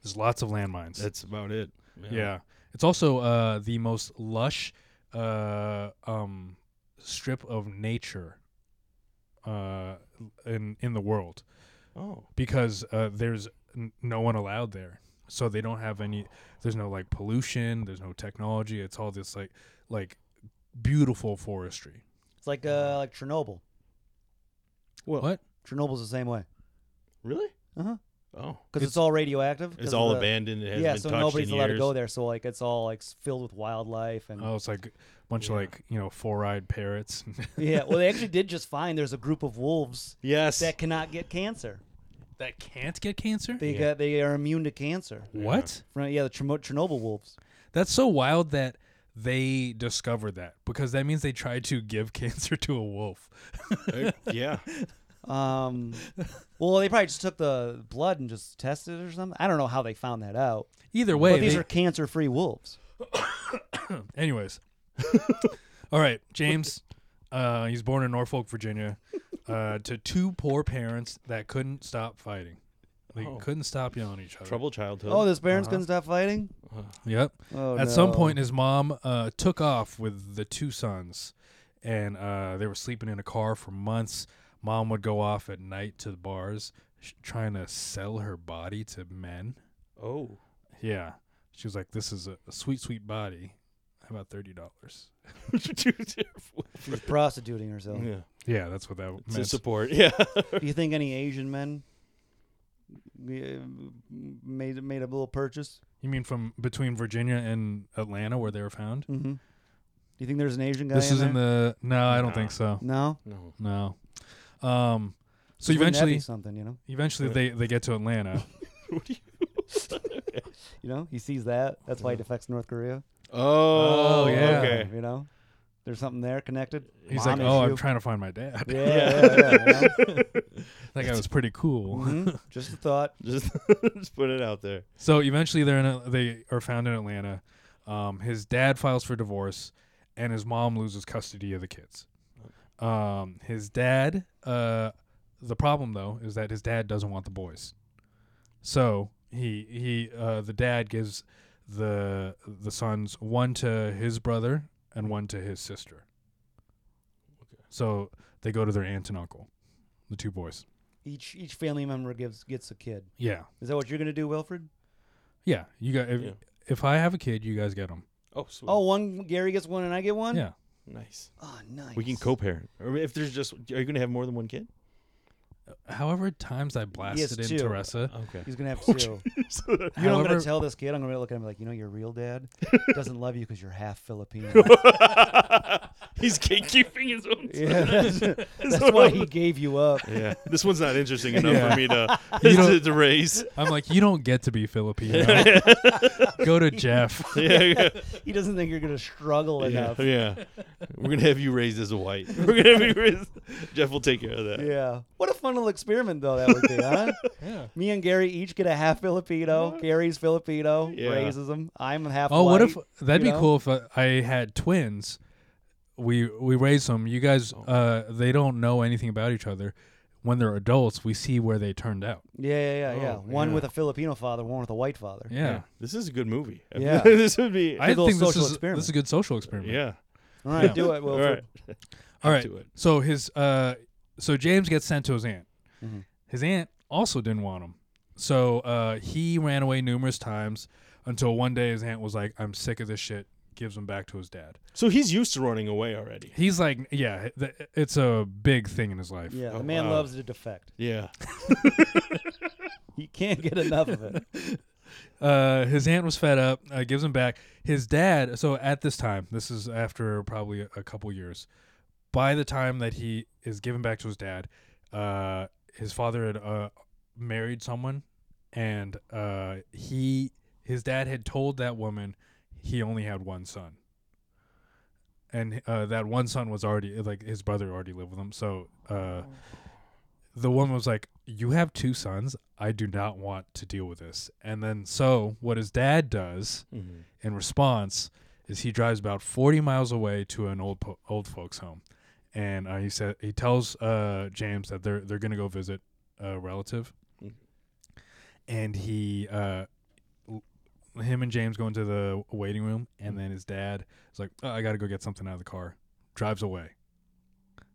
[SPEAKER 2] There's lots of landmines.
[SPEAKER 1] That's about it.
[SPEAKER 2] Yeah. It's also uh, the most lush uh, um, strip of nature uh, in in the world
[SPEAKER 1] Oh.
[SPEAKER 2] because uh, there's n- no one allowed there. So they don't have any there's no like pollution, there's no technology. It's all this like like beautiful forestry.
[SPEAKER 3] It's like uh like Chernobyl.
[SPEAKER 1] Well,
[SPEAKER 2] What?
[SPEAKER 3] Chernobyl's the same way.
[SPEAKER 1] Really?
[SPEAKER 3] Uh huh.
[SPEAKER 1] Oh,
[SPEAKER 3] because it's, all radioactive. 'cause
[SPEAKER 1] it's
[SPEAKER 3] of
[SPEAKER 1] all
[SPEAKER 3] the-
[SPEAKER 1] abandoned. It hasn't
[SPEAKER 3] Yeah,
[SPEAKER 1] been
[SPEAKER 3] so
[SPEAKER 1] touched
[SPEAKER 3] nobody's
[SPEAKER 1] in
[SPEAKER 3] allowed
[SPEAKER 1] years.
[SPEAKER 3] to go there. So like it's all like s- filled with wildlife and
[SPEAKER 2] Oh, it's like a bunch
[SPEAKER 1] Yeah.
[SPEAKER 2] of like you know four-eyed parrots.
[SPEAKER 3] yeah. Well, they actually did just find there's a group of wolves
[SPEAKER 1] Yes,
[SPEAKER 3] that cannot get cancer.
[SPEAKER 2] that can't get cancer.
[SPEAKER 3] They
[SPEAKER 1] Yeah.
[SPEAKER 3] got they are immune to cancer.
[SPEAKER 2] what?
[SPEAKER 3] From, yeah, the Cherno- Chernobyl wolves.
[SPEAKER 2] That's so wild that they discovered that because that means they tried to give cancer to a wolf.
[SPEAKER 1] Uh, yeah.
[SPEAKER 3] Um, well, they probably just took the blood and just tested it or something. I don't know how they found that out.
[SPEAKER 2] Either way,
[SPEAKER 3] but these
[SPEAKER 2] they-
[SPEAKER 3] are cancer-free wolves.
[SPEAKER 2] anyways. All right, James. Uh, he's born in Norfolk, Virginia, uh, to two poor parents that couldn't stop fighting. They
[SPEAKER 1] Oh.
[SPEAKER 2] couldn't stop yelling at each other.
[SPEAKER 1] Trouble childhood.
[SPEAKER 3] Oh, this Barons
[SPEAKER 2] Uh-huh.
[SPEAKER 3] couldn't stop fighting.
[SPEAKER 2] Yep.
[SPEAKER 3] Oh,
[SPEAKER 2] At some
[SPEAKER 3] no.
[SPEAKER 2] point, his mom uh, took off with the two sons, and uh, they were sleeping in a car for months. Mom would go off at night to the bars, sh- trying to sell her body to men.
[SPEAKER 1] oh.
[SPEAKER 2] Yeah, she was like, "This is a, a sweet, sweet body. How about thirty dollars?"
[SPEAKER 3] she was prostituting herself.
[SPEAKER 1] yeah.
[SPEAKER 2] Yeah, that's what that
[SPEAKER 1] To
[SPEAKER 2] meant.
[SPEAKER 1] support. Yeah.
[SPEAKER 3] Do you think any Asian men uh, made made a little purchase?
[SPEAKER 2] you mean from between Virginia and Atlanta, where they were found?
[SPEAKER 3] Mm-hmm. Do you think there's an Asian guy?
[SPEAKER 2] This is in
[SPEAKER 3] there?
[SPEAKER 2] the no, I don't
[SPEAKER 1] Nah.
[SPEAKER 2] think so.
[SPEAKER 3] no.
[SPEAKER 1] no.
[SPEAKER 2] No. Um. So
[SPEAKER 3] Wouldn't that be
[SPEAKER 2] eventually,
[SPEAKER 3] something you know,
[SPEAKER 2] eventually
[SPEAKER 1] Right.
[SPEAKER 2] they they get to Atlanta.
[SPEAKER 3] you know, he sees that. That's why he defects to North Korea.
[SPEAKER 1] Oh,
[SPEAKER 2] Oh, yeah.
[SPEAKER 1] Okay.
[SPEAKER 3] you know, there's something there connected.
[SPEAKER 2] He's
[SPEAKER 3] Mom
[SPEAKER 2] like, "Oh,
[SPEAKER 3] issue.
[SPEAKER 2] I'm trying to find my dad."
[SPEAKER 3] Yeah, yeah, yeah, you know?
[SPEAKER 2] That guy was pretty cool.
[SPEAKER 3] Mhm. Just a thought.
[SPEAKER 1] Just, just put it out there.
[SPEAKER 2] So eventually, they're in a, they are found in Atlanta. Um, his dad files for divorce, and his mom loses custody of the kids. Um, his dad. Uh, the problem though is that his dad doesn't want the boys, so he he uh, the dad gives the the sons one to his brother and one to his sister. So they go to their aunt and uncle, the two boys.
[SPEAKER 3] Each each family member gives gets a kid.
[SPEAKER 2] Yeah.
[SPEAKER 3] Is that what you're gonna do, Wilfred?
[SPEAKER 2] Yeah, you got. If,
[SPEAKER 1] Yeah.
[SPEAKER 2] if I have a kid, you guys get them.
[SPEAKER 1] Oh, sweet.
[SPEAKER 3] Oh, one Gary gets one and I get one.
[SPEAKER 2] Yeah,
[SPEAKER 1] nice.
[SPEAKER 3] Oh, nice.
[SPEAKER 1] We can co-parent. Or if there's just, are you gonna have more than one kid?
[SPEAKER 2] however times I blasted in
[SPEAKER 3] two.
[SPEAKER 2] Teresa.
[SPEAKER 1] Okay.
[SPEAKER 3] He's gonna have two. You know, what I'm
[SPEAKER 2] however,
[SPEAKER 3] gonna tell this kid. I'm gonna look at him like, you know, your real dad doesn't love you because you're half Filipino.
[SPEAKER 1] He's gatekeeping his own.
[SPEAKER 3] yeah, that's, that's why he gave you up.
[SPEAKER 1] Yeah. This one's not interesting enough
[SPEAKER 2] Yeah.
[SPEAKER 1] for me to
[SPEAKER 2] You don't-
[SPEAKER 1] to, to raise.
[SPEAKER 2] I'm like, you don't get to be Filipino. Go to Jeff.
[SPEAKER 1] Yeah. Yeah.
[SPEAKER 3] He doesn't think you're gonna struggle
[SPEAKER 1] Yeah.
[SPEAKER 3] enough.
[SPEAKER 1] yeah. We're gonna have you raised as a white. We're gonna have you raised. Jeff will take care of that.
[SPEAKER 3] Yeah. What a fun little experiment though that would be, huh?
[SPEAKER 2] Yeah.
[SPEAKER 3] Me and Gary each get a half Filipino. Gary's Filipino,
[SPEAKER 1] Yeah.
[SPEAKER 3] raises him. I'm half.
[SPEAKER 2] Oh, what if
[SPEAKER 3] white.
[SPEAKER 2] that'd be
[SPEAKER 3] you know?
[SPEAKER 2] cool if I, I had twins? We we raise them. You guys,
[SPEAKER 3] Oh.
[SPEAKER 2] uh, they don't know anything about each other. When they're adults, we see where they turned out.
[SPEAKER 3] Yeah, yeah, yeah, yeah.
[SPEAKER 1] Oh,
[SPEAKER 3] One
[SPEAKER 1] yeah.
[SPEAKER 3] with a Filipino father, one with a white father.
[SPEAKER 2] Yeah,
[SPEAKER 1] This is a good movie.
[SPEAKER 3] Yeah.
[SPEAKER 1] this would be.
[SPEAKER 2] I
[SPEAKER 3] Good old
[SPEAKER 2] think this
[SPEAKER 3] social
[SPEAKER 2] is
[SPEAKER 3] experiment.
[SPEAKER 2] this is a good social experiment.
[SPEAKER 1] yeah.
[SPEAKER 3] All right,
[SPEAKER 2] Yeah.
[SPEAKER 3] do it,
[SPEAKER 1] All
[SPEAKER 3] Wilfred.
[SPEAKER 1] right.
[SPEAKER 2] All right.
[SPEAKER 1] to it.
[SPEAKER 2] So his uh, so James gets sent to his aunt.
[SPEAKER 1] Mm-hmm.
[SPEAKER 3] Mhm.
[SPEAKER 2] His aunt also didn't want him, so uh, he ran away numerous times until one day his aunt was like, "I'm sick of this shit." Gives him back to his dad.
[SPEAKER 1] So he's used to running away already.
[SPEAKER 2] He's like, "Yeah, th- it's a big thing in his life."
[SPEAKER 3] Yeah,
[SPEAKER 1] Oh,
[SPEAKER 3] the man
[SPEAKER 1] wow.
[SPEAKER 3] loves to defect.
[SPEAKER 1] Yeah.
[SPEAKER 3] He can't get enough of it.
[SPEAKER 2] Uh, his aunt was fed up. Uh, gives him back his dad. So at this time, this is after probably a, a couple years. By the time that he is given back to his dad, uh, his father had uh, married someone, and uh, he his dad had told that woman he only had one son, and uh, that one son was already like his brother already lived with him. So uh, the woman was like, "You have two sons. I do not want to deal with this." And then so what his dad does
[SPEAKER 1] Mhm.
[SPEAKER 2] in response is he drives about 40 miles away to an old po- old folks home and uh, he said he tells uh, James that they're they're going to go visit a relative
[SPEAKER 1] Mm.
[SPEAKER 2] and he uh, l- him and James go into the waiting room
[SPEAKER 1] Mm-hmm.
[SPEAKER 2] and then his dad is like oh, I got to go get something out of the car drives away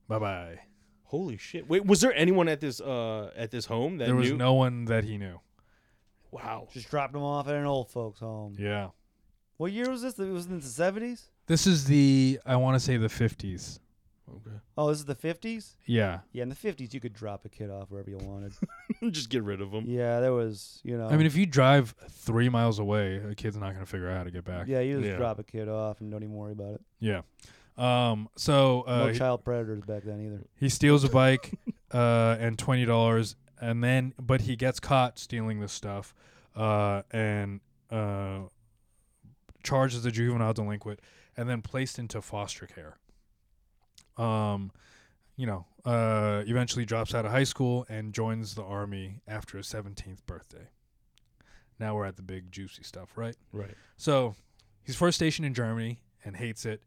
[SPEAKER 2] bye bye
[SPEAKER 1] Holy shit! Wait, was there anyone at this uh at this home that
[SPEAKER 2] there was
[SPEAKER 1] knew?
[SPEAKER 2] no one that he knew
[SPEAKER 1] Wow.
[SPEAKER 3] Just dropped him off at an old folks' home.
[SPEAKER 2] yeah
[SPEAKER 3] What year was this? It was in the seventies.
[SPEAKER 2] this is the I want to say the 50s
[SPEAKER 1] Okay.
[SPEAKER 3] Oh, this is the 50s?
[SPEAKER 2] Yeah.
[SPEAKER 3] Yeah, in the 50s, you could drop a kid off wherever you wanted.
[SPEAKER 1] Just get rid of them.
[SPEAKER 3] yeah, there was, you know.
[SPEAKER 2] I mean, if you drive three miles away, a kid's not going to figure out how to get back.
[SPEAKER 3] yeah, you just
[SPEAKER 1] Yeah.
[SPEAKER 3] drop a kid off and don't even worry about it.
[SPEAKER 2] Yeah. Um. So uh,
[SPEAKER 3] no
[SPEAKER 2] he-
[SPEAKER 3] child predators back then either.
[SPEAKER 2] he steals a bike uh, and twenty dollars, and then but he gets caught stealing this stuff, uh, and uh, charged as a juvenile delinquent, and then placed into foster care. Um, you know, uh, eventually drops out of high school and joins the army after his seventeenth birthday. Now we're at the big juicy stuff, right?
[SPEAKER 1] Right.
[SPEAKER 2] So he's first stationed in Germany and hates it.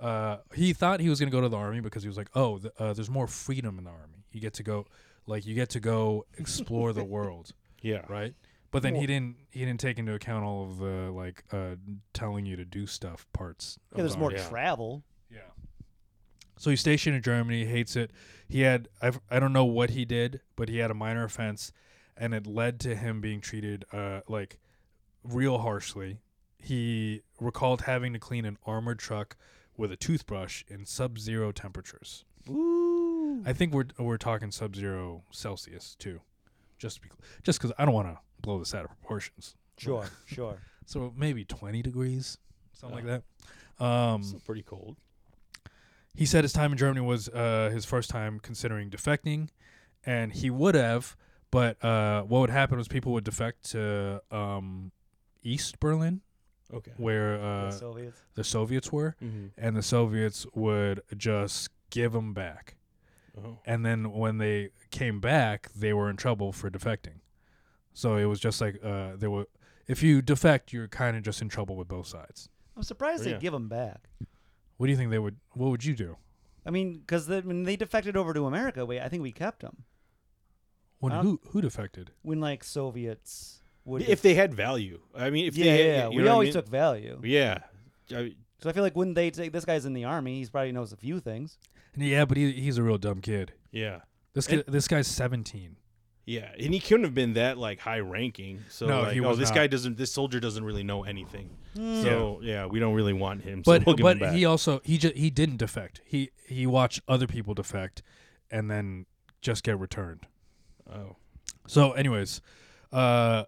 [SPEAKER 2] Uh, he thought he was going to go to the army because he was like, oh, th- uh, there's more freedom in the army. You get to go, like, you get to go explore the world,
[SPEAKER 1] Yeah.
[SPEAKER 2] right? But then he didn't. He didn't take into account all of the like uh, telling you to do stuff parts. of
[SPEAKER 3] Yeah, there's
[SPEAKER 2] the
[SPEAKER 3] more
[SPEAKER 2] army.
[SPEAKER 1] yeah.
[SPEAKER 3] travel.
[SPEAKER 2] Oh, Yeah. So he's stationed in Germany, hates it. He had I've, I don't know what he did, but he had a minor offense, and it led to him being treated uh, like real harshly. He recalled having to clean an armored truck with a toothbrush in sub-zero temperatures.
[SPEAKER 3] Ooh.
[SPEAKER 2] I think we're we're talking sub-zero Celsius too, just be, just because I don't want to blow this out of proportions.
[SPEAKER 3] Sure, sure.
[SPEAKER 2] So maybe twenty degrees, something
[SPEAKER 1] Yeah.
[SPEAKER 2] like that. Um,
[SPEAKER 1] Still pretty cold.
[SPEAKER 2] He said his time in Germany was uh, his first time considering defecting, and he would have, but uh, what would happen was people would defect to um, East Berlin,
[SPEAKER 1] Okay.
[SPEAKER 2] where
[SPEAKER 3] The
[SPEAKER 2] uh,
[SPEAKER 3] Soviets.
[SPEAKER 2] the Soviets were,
[SPEAKER 1] hmm
[SPEAKER 2] and the Soviets would just give them back.
[SPEAKER 1] Oh.
[SPEAKER 2] And then when they came back, they were in trouble for defecting. So it was just like uh, they were. If you defect, you're kind of just in trouble with both sides.
[SPEAKER 3] I'm
[SPEAKER 2] oh,
[SPEAKER 3] surprised they
[SPEAKER 1] Yeah.
[SPEAKER 3] give them back.
[SPEAKER 2] What do you think they would? What would you do?
[SPEAKER 3] I mean, because when they defected over to America, we I think we kept them.
[SPEAKER 2] When
[SPEAKER 3] Um,
[SPEAKER 2] who who defected?
[SPEAKER 3] When like Soviets would,
[SPEAKER 1] If they had value, I mean, if
[SPEAKER 3] yeah,
[SPEAKER 1] they
[SPEAKER 3] yeah,
[SPEAKER 1] had,
[SPEAKER 3] yeah.
[SPEAKER 1] you
[SPEAKER 3] we
[SPEAKER 1] know what I
[SPEAKER 3] always
[SPEAKER 1] mean?
[SPEAKER 3] took value.
[SPEAKER 1] Yeah. I-
[SPEAKER 3] So I feel like wouldn't they take this guy's in the army? He's probably knows a few things.
[SPEAKER 2] Yeah, but he, he's a real dumb kid.
[SPEAKER 1] yeah.
[SPEAKER 2] This kid, this guy's 17.
[SPEAKER 1] Yeah, and he couldn't have been that like high ranking. So
[SPEAKER 2] No,
[SPEAKER 1] like,
[SPEAKER 2] he
[SPEAKER 1] oh,
[SPEAKER 2] was
[SPEAKER 1] this
[SPEAKER 2] not. Mm.
[SPEAKER 1] guy doesn't. This soldier doesn't really know anything. So yeah. we don't really want him. So
[SPEAKER 2] But
[SPEAKER 1] we'll give him
[SPEAKER 2] but
[SPEAKER 1] back.
[SPEAKER 2] he also he just he didn't defect. He he watched other people defect and then just get returned.
[SPEAKER 1] oh,
[SPEAKER 2] So anyways, uh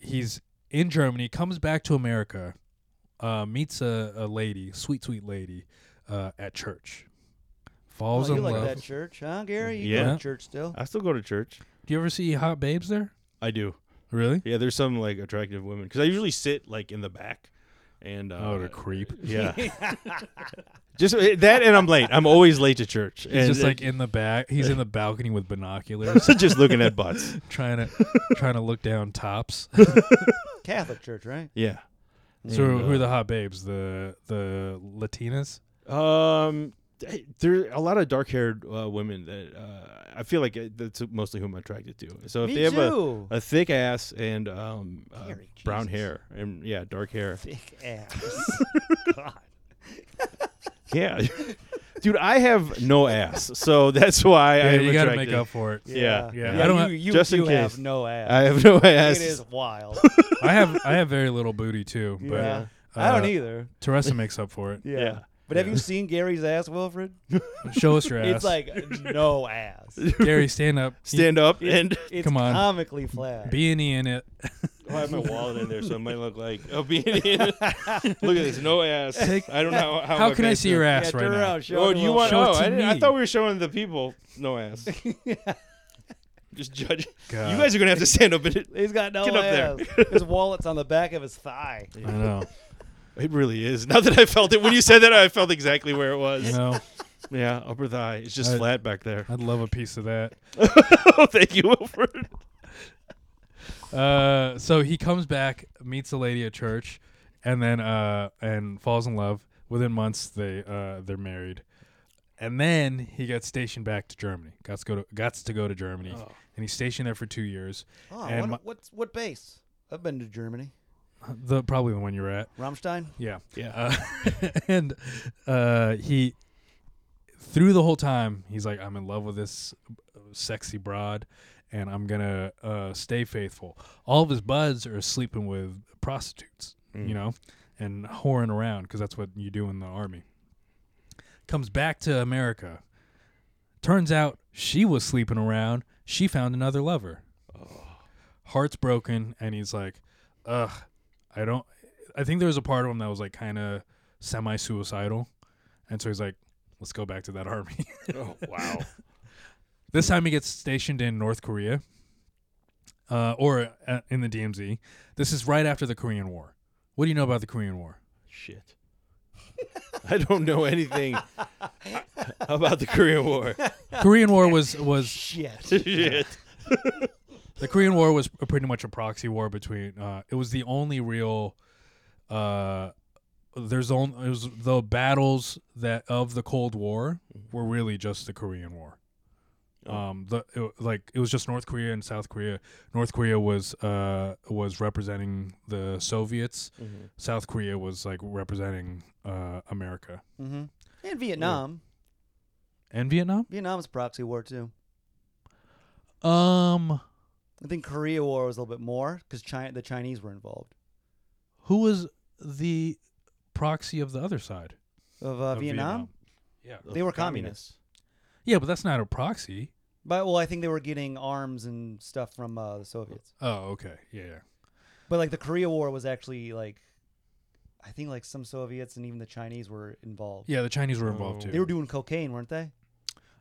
[SPEAKER 2] he's in Germany, comes back to America, uh meets a, a lady, sweet sweet lady uh at church. Falls
[SPEAKER 3] oh, you
[SPEAKER 2] in
[SPEAKER 3] like
[SPEAKER 2] love.
[SPEAKER 3] that church, huh, Gary? You go
[SPEAKER 1] Yeah.
[SPEAKER 3] to church still?
[SPEAKER 1] I still go to church.
[SPEAKER 2] Do you ever see hot babes there?
[SPEAKER 1] I do.
[SPEAKER 2] Really?
[SPEAKER 1] Yeah, there's some like attractive women because I usually sit like in the back, and uh,
[SPEAKER 2] Oh, the creep.
[SPEAKER 1] yeah, just eh, that, and I'm late. I'm always late to church.
[SPEAKER 2] He's
[SPEAKER 1] and,
[SPEAKER 2] just
[SPEAKER 1] eh,
[SPEAKER 2] like in the back. He's in the balcony with binoculars.
[SPEAKER 1] just looking at butts.
[SPEAKER 2] trying to trying to look down tops.
[SPEAKER 3] Catholic church, right?
[SPEAKER 1] Yeah.
[SPEAKER 2] so
[SPEAKER 1] And,
[SPEAKER 2] who are the hot babes? The the Latinas.
[SPEAKER 1] Um, th- there are a lot of dark-haired uh, women that uh, I feel like uh, that's mostly whom I'm attracted to. So if
[SPEAKER 3] Me
[SPEAKER 1] they have a,
[SPEAKER 3] too.
[SPEAKER 1] a thick ass and um, uh,
[SPEAKER 3] Gary,
[SPEAKER 1] brown
[SPEAKER 3] Jesus.
[SPEAKER 1] hair and yeah, dark hair.
[SPEAKER 3] Thick ass. God.
[SPEAKER 1] Yeah, dude, I have no ass, so that's why I
[SPEAKER 2] Yeah,
[SPEAKER 1] am
[SPEAKER 2] you got to make
[SPEAKER 1] attracted.
[SPEAKER 2] up for it.
[SPEAKER 1] Yeah.
[SPEAKER 2] Yeah.
[SPEAKER 1] I
[SPEAKER 2] don't
[SPEAKER 3] you,
[SPEAKER 2] have-
[SPEAKER 3] you,
[SPEAKER 1] just in
[SPEAKER 3] you have
[SPEAKER 1] case.
[SPEAKER 3] no ass.
[SPEAKER 1] I have no ass.
[SPEAKER 3] it is wild.
[SPEAKER 2] I have I have very little booty too, but
[SPEAKER 3] yeah. I
[SPEAKER 2] uh,
[SPEAKER 3] don't either.
[SPEAKER 2] Teresa makes up for it. Uh,
[SPEAKER 3] Yeah.
[SPEAKER 1] Yeah.
[SPEAKER 3] But have you seen Gary's ass, Wilfred?
[SPEAKER 2] Show us your ass.
[SPEAKER 3] It's like no ass.
[SPEAKER 2] Gary, stand up.
[SPEAKER 1] Stand up and
[SPEAKER 3] It's
[SPEAKER 2] Come on.
[SPEAKER 3] comically flat.
[SPEAKER 2] Be any in it.
[SPEAKER 1] I have my wallet in there, so it might look like a beanie. Look at this, no ass.
[SPEAKER 2] Take-
[SPEAKER 1] I don't know how. How,
[SPEAKER 2] How
[SPEAKER 1] my
[SPEAKER 2] can I
[SPEAKER 1] pants
[SPEAKER 2] see your
[SPEAKER 1] look.
[SPEAKER 3] yeah,
[SPEAKER 2] ass right
[SPEAKER 3] turn
[SPEAKER 2] now?
[SPEAKER 3] around. Show
[SPEAKER 1] Oh,
[SPEAKER 3] it
[SPEAKER 1] do
[SPEAKER 3] to
[SPEAKER 1] you
[SPEAKER 3] Wilfred.
[SPEAKER 1] want?
[SPEAKER 2] Show it
[SPEAKER 1] oh,
[SPEAKER 2] to
[SPEAKER 1] I, didn't, I
[SPEAKER 2] me.
[SPEAKER 1] thought we were showing the people no ass. Just judge.
[SPEAKER 2] God.
[SPEAKER 1] You guys are gonna have to stand up in it.
[SPEAKER 3] He's got no
[SPEAKER 1] Get up
[SPEAKER 3] ass. his wallet's on the back of his thigh.
[SPEAKER 2] I know.
[SPEAKER 1] It really is. Now that I felt it, when you said that, I felt exactly where it
[SPEAKER 2] You
[SPEAKER 1] was.
[SPEAKER 2] know,
[SPEAKER 1] Yeah, upper thigh. It's just
[SPEAKER 2] I-
[SPEAKER 1] flat back there.
[SPEAKER 2] I'd love a piece of that.
[SPEAKER 1] oh, thank you, Wilfred.
[SPEAKER 2] Uh, so he comes back, meets a lady at church, and then uh, and falls in love. Within months, they uh, they're married, and then he gets stationed back to Germany. Got to go to got to go to Germany,
[SPEAKER 1] Oh.
[SPEAKER 2] and he's stationed there for two years.
[SPEAKER 3] Oh,
[SPEAKER 2] And
[SPEAKER 3] what,
[SPEAKER 2] my-
[SPEAKER 3] what's what base? I've been to Germany.
[SPEAKER 2] The probably the one you were at,
[SPEAKER 3] Rammstein.
[SPEAKER 2] yeah,
[SPEAKER 1] Yeah.
[SPEAKER 2] uh, and uh, he through the whole time he's like, I'm in love with this uh, sexy broad, and I'm gonna uh, stay faithful. All of his buds are sleeping with prostitutes, you know, and whoring around because that's what you do in the army. comes back to America. Turns out she was sleeping around. She found another lover. Heart's broken, and he's like, ugh, I don't. I think there was a part of him that was like kind of semi suicidal. And so he's like, let's go back to that army.
[SPEAKER 1] Oh wow.
[SPEAKER 2] This time he gets stationed in North Korea uh, or uh, in the DMZ. This is right after the Korean War. What do you know about the Korean War?
[SPEAKER 1] Shit. I don't know anything about the Korean War.
[SPEAKER 2] Korean War was was
[SPEAKER 3] Shit.
[SPEAKER 1] Shit.
[SPEAKER 2] the Korean War was a- pretty much a proxy war between. Uh, it was the only real. Uh, there's only it was the battles that of the Cold War were really just the Korean War. Um, the it, like it was just North Korea and South Korea. North Korea was uh was representing the Soviets.
[SPEAKER 1] Mm-hmm.
[SPEAKER 2] South Korea was like representing uh America
[SPEAKER 3] Mm-hmm. And Vietnam.
[SPEAKER 2] and Vietnam.
[SPEAKER 3] Vietnam's a proxy war too.
[SPEAKER 2] Um,
[SPEAKER 3] I think Korea War was a little bit more because China, the Chinese were involved
[SPEAKER 2] who was the proxy of the other side?
[SPEAKER 3] of, uh,
[SPEAKER 2] Of
[SPEAKER 3] Vietnam.
[SPEAKER 2] Yeah.
[SPEAKER 3] They were communists.
[SPEAKER 2] Yeah, but that's not a proxy.
[SPEAKER 3] But well, I think they were getting arms and stuff from uh, the Soviets.
[SPEAKER 2] Oh, okay. Yeah, yeah.
[SPEAKER 3] But like the Korea War was actually like, I think like some Soviets and even the Chinese were involved.
[SPEAKER 2] Yeah, the Chinese were involved
[SPEAKER 1] Oh.
[SPEAKER 2] too.
[SPEAKER 3] They were doing cocaine, weren't they?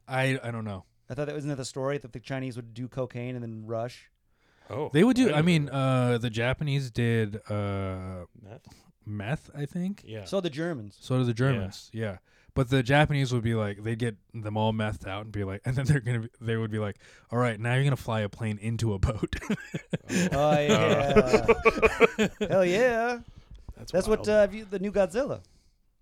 [SPEAKER 2] I I don't know.
[SPEAKER 3] I thought that wasn't that the story that the Chinese would do cocaine and then rush.
[SPEAKER 1] Oh.
[SPEAKER 2] They would do
[SPEAKER 1] didn't
[SPEAKER 2] I
[SPEAKER 1] know
[SPEAKER 2] mean,
[SPEAKER 1] that.
[SPEAKER 2] uh the Japanese did uh
[SPEAKER 1] That-
[SPEAKER 2] meth, I think.
[SPEAKER 1] yeah.
[SPEAKER 3] So the Germans.
[SPEAKER 2] So did the Germans. Yeah. But the Japanese would be like they'd get them all methed out and be like and then they're going to they would be like, "All right, now you're going to fly a plane into a boat."
[SPEAKER 3] Oh yeah, hell yeah! That's what
[SPEAKER 1] wild.
[SPEAKER 3] uh, have you- the new Godzilla.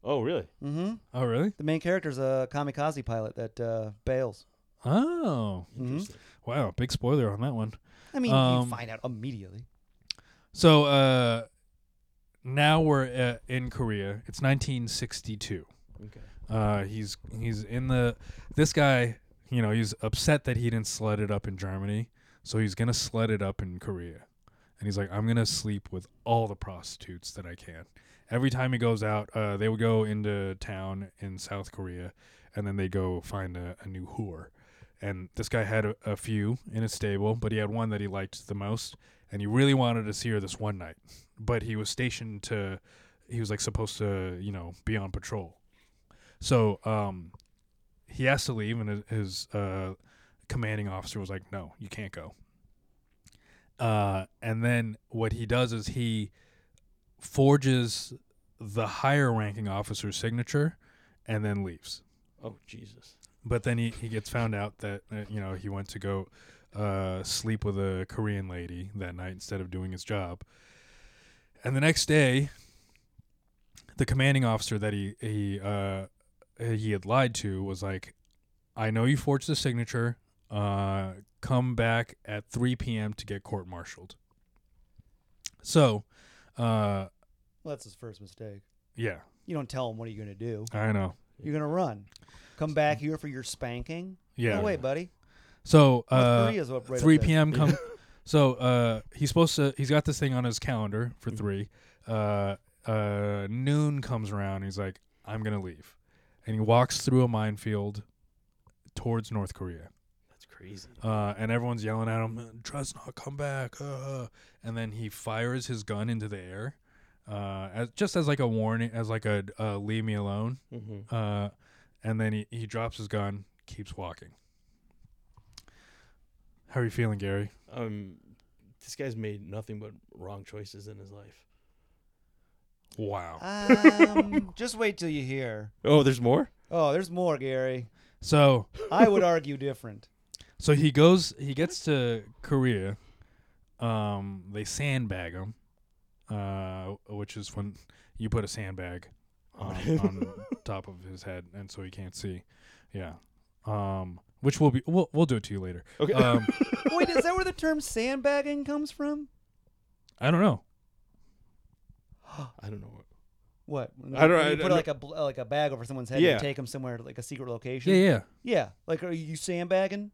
[SPEAKER 1] oh really?
[SPEAKER 3] Mm-hmm.
[SPEAKER 2] oh, really?
[SPEAKER 3] The main character's a kamikaze pilot that uh, bails.
[SPEAKER 2] Oh.
[SPEAKER 1] Interesting.
[SPEAKER 2] Wow, big spoiler on that one.
[SPEAKER 3] I mean,
[SPEAKER 2] Um,
[SPEAKER 3] you find out immediately.
[SPEAKER 2] So uh, now we're uh, in Korea. It's 1962.
[SPEAKER 1] Okay.
[SPEAKER 2] Uh, he's he's in the this guy. You know, he's upset that he didn't sled it up in Germany, so he's gonna sled it up in Korea. And he's like, I'm gonna sleep with all the prostitutes that I can. Every time he goes out, uh, they would go into town in South Korea, and then they go find a, a new whore. And this guy had a, a few in his stable, but he had one that he liked the most, and he really wanted to see her this one night. But he was stationed to, he was like supposed to, you know, be on patrol. So um, he has to leave, and his- his uh, commanding officer was like, "No, you can't go." Uh, and then what he does is he forges the higher ranking officer's signature, and then leaves.
[SPEAKER 1] Oh Jesus.
[SPEAKER 2] But then he, he gets found out that uh, you know he went to go uh, sleep with a Korean lady that night instead of doing his job. And the next day, the commanding officer that he he uh, he had lied to was like, "I know you forged the signature. Uh, come back at 3 p.m. to get court-martialed." So, uh,
[SPEAKER 3] Well, that's his first mistake.
[SPEAKER 2] yeah,
[SPEAKER 3] You don't tell him what are you going to do.
[SPEAKER 2] I know.
[SPEAKER 3] You're going to run. Come back here for your spanking.
[SPEAKER 2] Yeah.
[SPEAKER 3] No way, buddy.
[SPEAKER 2] So
[SPEAKER 3] North
[SPEAKER 2] uh,
[SPEAKER 3] Korea's up right up
[SPEAKER 2] 3
[SPEAKER 3] there.
[SPEAKER 2] p.m. come. so uh, he's supposed to. He's got this thing on his calendar
[SPEAKER 3] Mm-hmm.
[SPEAKER 2] for three. Uh, uh, noon comes around. He's like, I'm gonna leave, and he walks through a minefield towards North Korea.
[SPEAKER 1] That's crazy.
[SPEAKER 2] Uh, and everyone's yelling at him, "Trust not, come back!" Uh. And then he fires his gun into the air, uh, as, just as like a warning, as like a uh, "Leave me alone."
[SPEAKER 1] Mm-hmm.
[SPEAKER 2] Uh, and then he, he drops his gun, keeps walking. How are you feeling, Gary?
[SPEAKER 1] Um, this guy's made nothing but wrong choices in his life.
[SPEAKER 2] Wow.
[SPEAKER 3] Um, just wait till you hear.
[SPEAKER 1] Oh, there's more.
[SPEAKER 3] Oh, there's more, Gary.
[SPEAKER 2] So
[SPEAKER 3] I would argue different.
[SPEAKER 2] so he goes he gets to Korea. Um, they sandbag him, uh, which is when you put a sandbag on, on top of his head, and so he can't see. Yeah. Um, which we'll be we'll we'll do it to you later.
[SPEAKER 1] Okay.
[SPEAKER 2] Um,
[SPEAKER 3] Wait, is that where the term sandbagging comes from?
[SPEAKER 2] I don't know.
[SPEAKER 1] I don't know. What,
[SPEAKER 3] What? When
[SPEAKER 1] I don't-
[SPEAKER 3] when
[SPEAKER 1] I-
[SPEAKER 3] You
[SPEAKER 1] I
[SPEAKER 3] put
[SPEAKER 1] don't-
[SPEAKER 3] like a bl- uh, like a bag over someone's head
[SPEAKER 1] Yeah.
[SPEAKER 3] and take them somewhere to like a secret location.
[SPEAKER 2] Yeah, yeah.
[SPEAKER 3] Yeah, Like, are you sandbagging?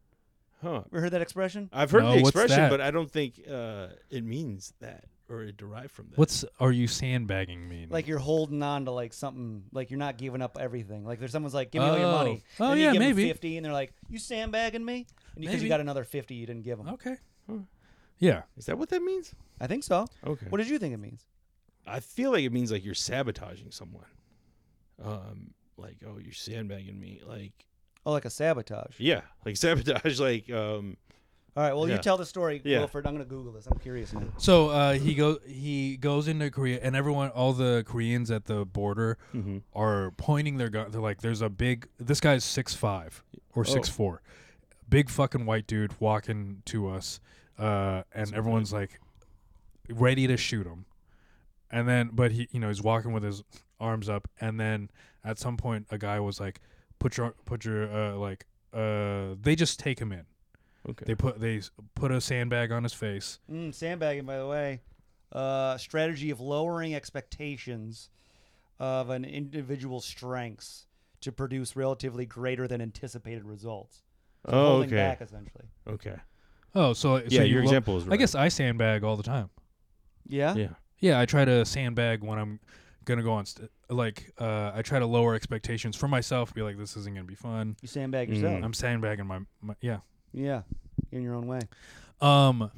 [SPEAKER 1] huh?
[SPEAKER 3] Ever heard that expression?
[SPEAKER 1] I've heard
[SPEAKER 2] No,
[SPEAKER 1] the
[SPEAKER 2] what's
[SPEAKER 1] expression,
[SPEAKER 2] that?
[SPEAKER 1] but I don't think uh, it means that. or it derived from that.
[SPEAKER 2] What's are you sandbagging me?
[SPEAKER 3] Like you're holding on to like something, like you're not giving up everything. Like there's someone's like, give me all your
[SPEAKER 2] Oh.
[SPEAKER 3] money.
[SPEAKER 2] Oh,
[SPEAKER 3] and you
[SPEAKER 2] yeah,
[SPEAKER 3] give 'em
[SPEAKER 2] maybe.
[SPEAKER 3] Fifty, and they're like, you sandbagging me? And because you
[SPEAKER 2] Maybe. Oh.
[SPEAKER 3] got another fifty, you didn't give them.
[SPEAKER 2] okay, Hmm. yeah,
[SPEAKER 1] Is that what that means?
[SPEAKER 3] I think so.
[SPEAKER 1] Okay.
[SPEAKER 3] What did you think it means?
[SPEAKER 1] I feel like it means like you're sabotaging someone. Um, like oh, you're sandbagging me. Like
[SPEAKER 3] Oh, like a sabotage.
[SPEAKER 1] yeah, like sabotage. Like um,
[SPEAKER 3] All right. Well, you
[SPEAKER 1] Yeah.
[SPEAKER 3] tell the story,
[SPEAKER 1] Yeah.
[SPEAKER 3] Wilford. I'm gonna Google this. I'm curious now.
[SPEAKER 2] So uh, he goes he goes into Korea, and everyone, all the Koreans at the border are pointing their gun. They're like, "There's a big. This guy's six five or six four, big fucking white dude walking to us, uh, and everyone's like, ready to shoot him." And then, but he, you know, he's walking with his arms up, and then at some point, a guy was like, "Put your, put your, uh, like, uh, they just take him in.
[SPEAKER 1] okay,
[SPEAKER 2] They put, they s- put a sandbag on his face."
[SPEAKER 3] Mm, sandbagging, by the way, uh, strategy of lowering expectations of an individual's strengths to produce relatively greater than anticipated results. So
[SPEAKER 1] Oh,
[SPEAKER 3] holding
[SPEAKER 1] okay.
[SPEAKER 3] back essentially.
[SPEAKER 1] okay,
[SPEAKER 2] Oh, so so
[SPEAKER 1] yeah.
[SPEAKER 2] you
[SPEAKER 1] Your
[SPEAKER 2] lo-
[SPEAKER 1] example is right.
[SPEAKER 2] I guess I sandbag all the time.
[SPEAKER 3] Yeah.
[SPEAKER 1] yeah.
[SPEAKER 2] Yeah, I try to sandbag when I'm gonna go on. St- like, uh, I try to lower expectations for myself. Be like, this isn't gonna be fun.
[SPEAKER 3] You sandbag
[SPEAKER 1] Hmm.
[SPEAKER 3] yourself.
[SPEAKER 2] I'm sandbagging my, my yeah.
[SPEAKER 3] Yeah. In your own way.
[SPEAKER 2] Um,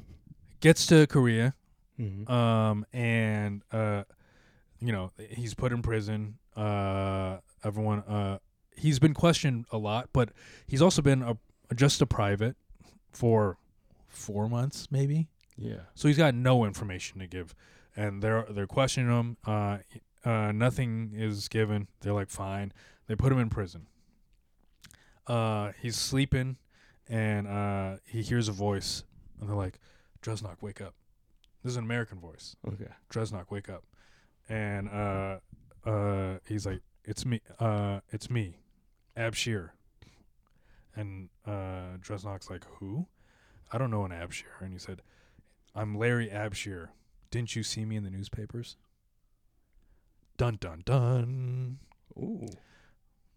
[SPEAKER 2] gets to Korea.
[SPEAKER 1] Mhm.
[SPEAKER 2] Um, and uh, you know he's put in prison. Uh, everyone. Uh, he's been questioned a lot, but he's also been a just a private for four months, maybe.
[SPEAKER 1] Yeah.
[SPEAKER 2] So he's got no information to give, and they're they're questioning him. Uh, uh, nothing is given. They're like, fine. They put him in prison. Uh, he's sleeping, and uh, he hears a voice, and they're like, Dresnok, wake up. This is an American voice.
[SPEAKER 1] Okay.
[SPEAKER 2] Dresnok, wake up. And uh, uh, he's like, it's me. Uh, it's me, Abshir. And uh, Dresnok's like, who? I don't know an Abshir. And he said, I'm Larry Abshir. Didn't you see me in the newspapers? Dun dun dun.
[SPEAKER 1] Ooh.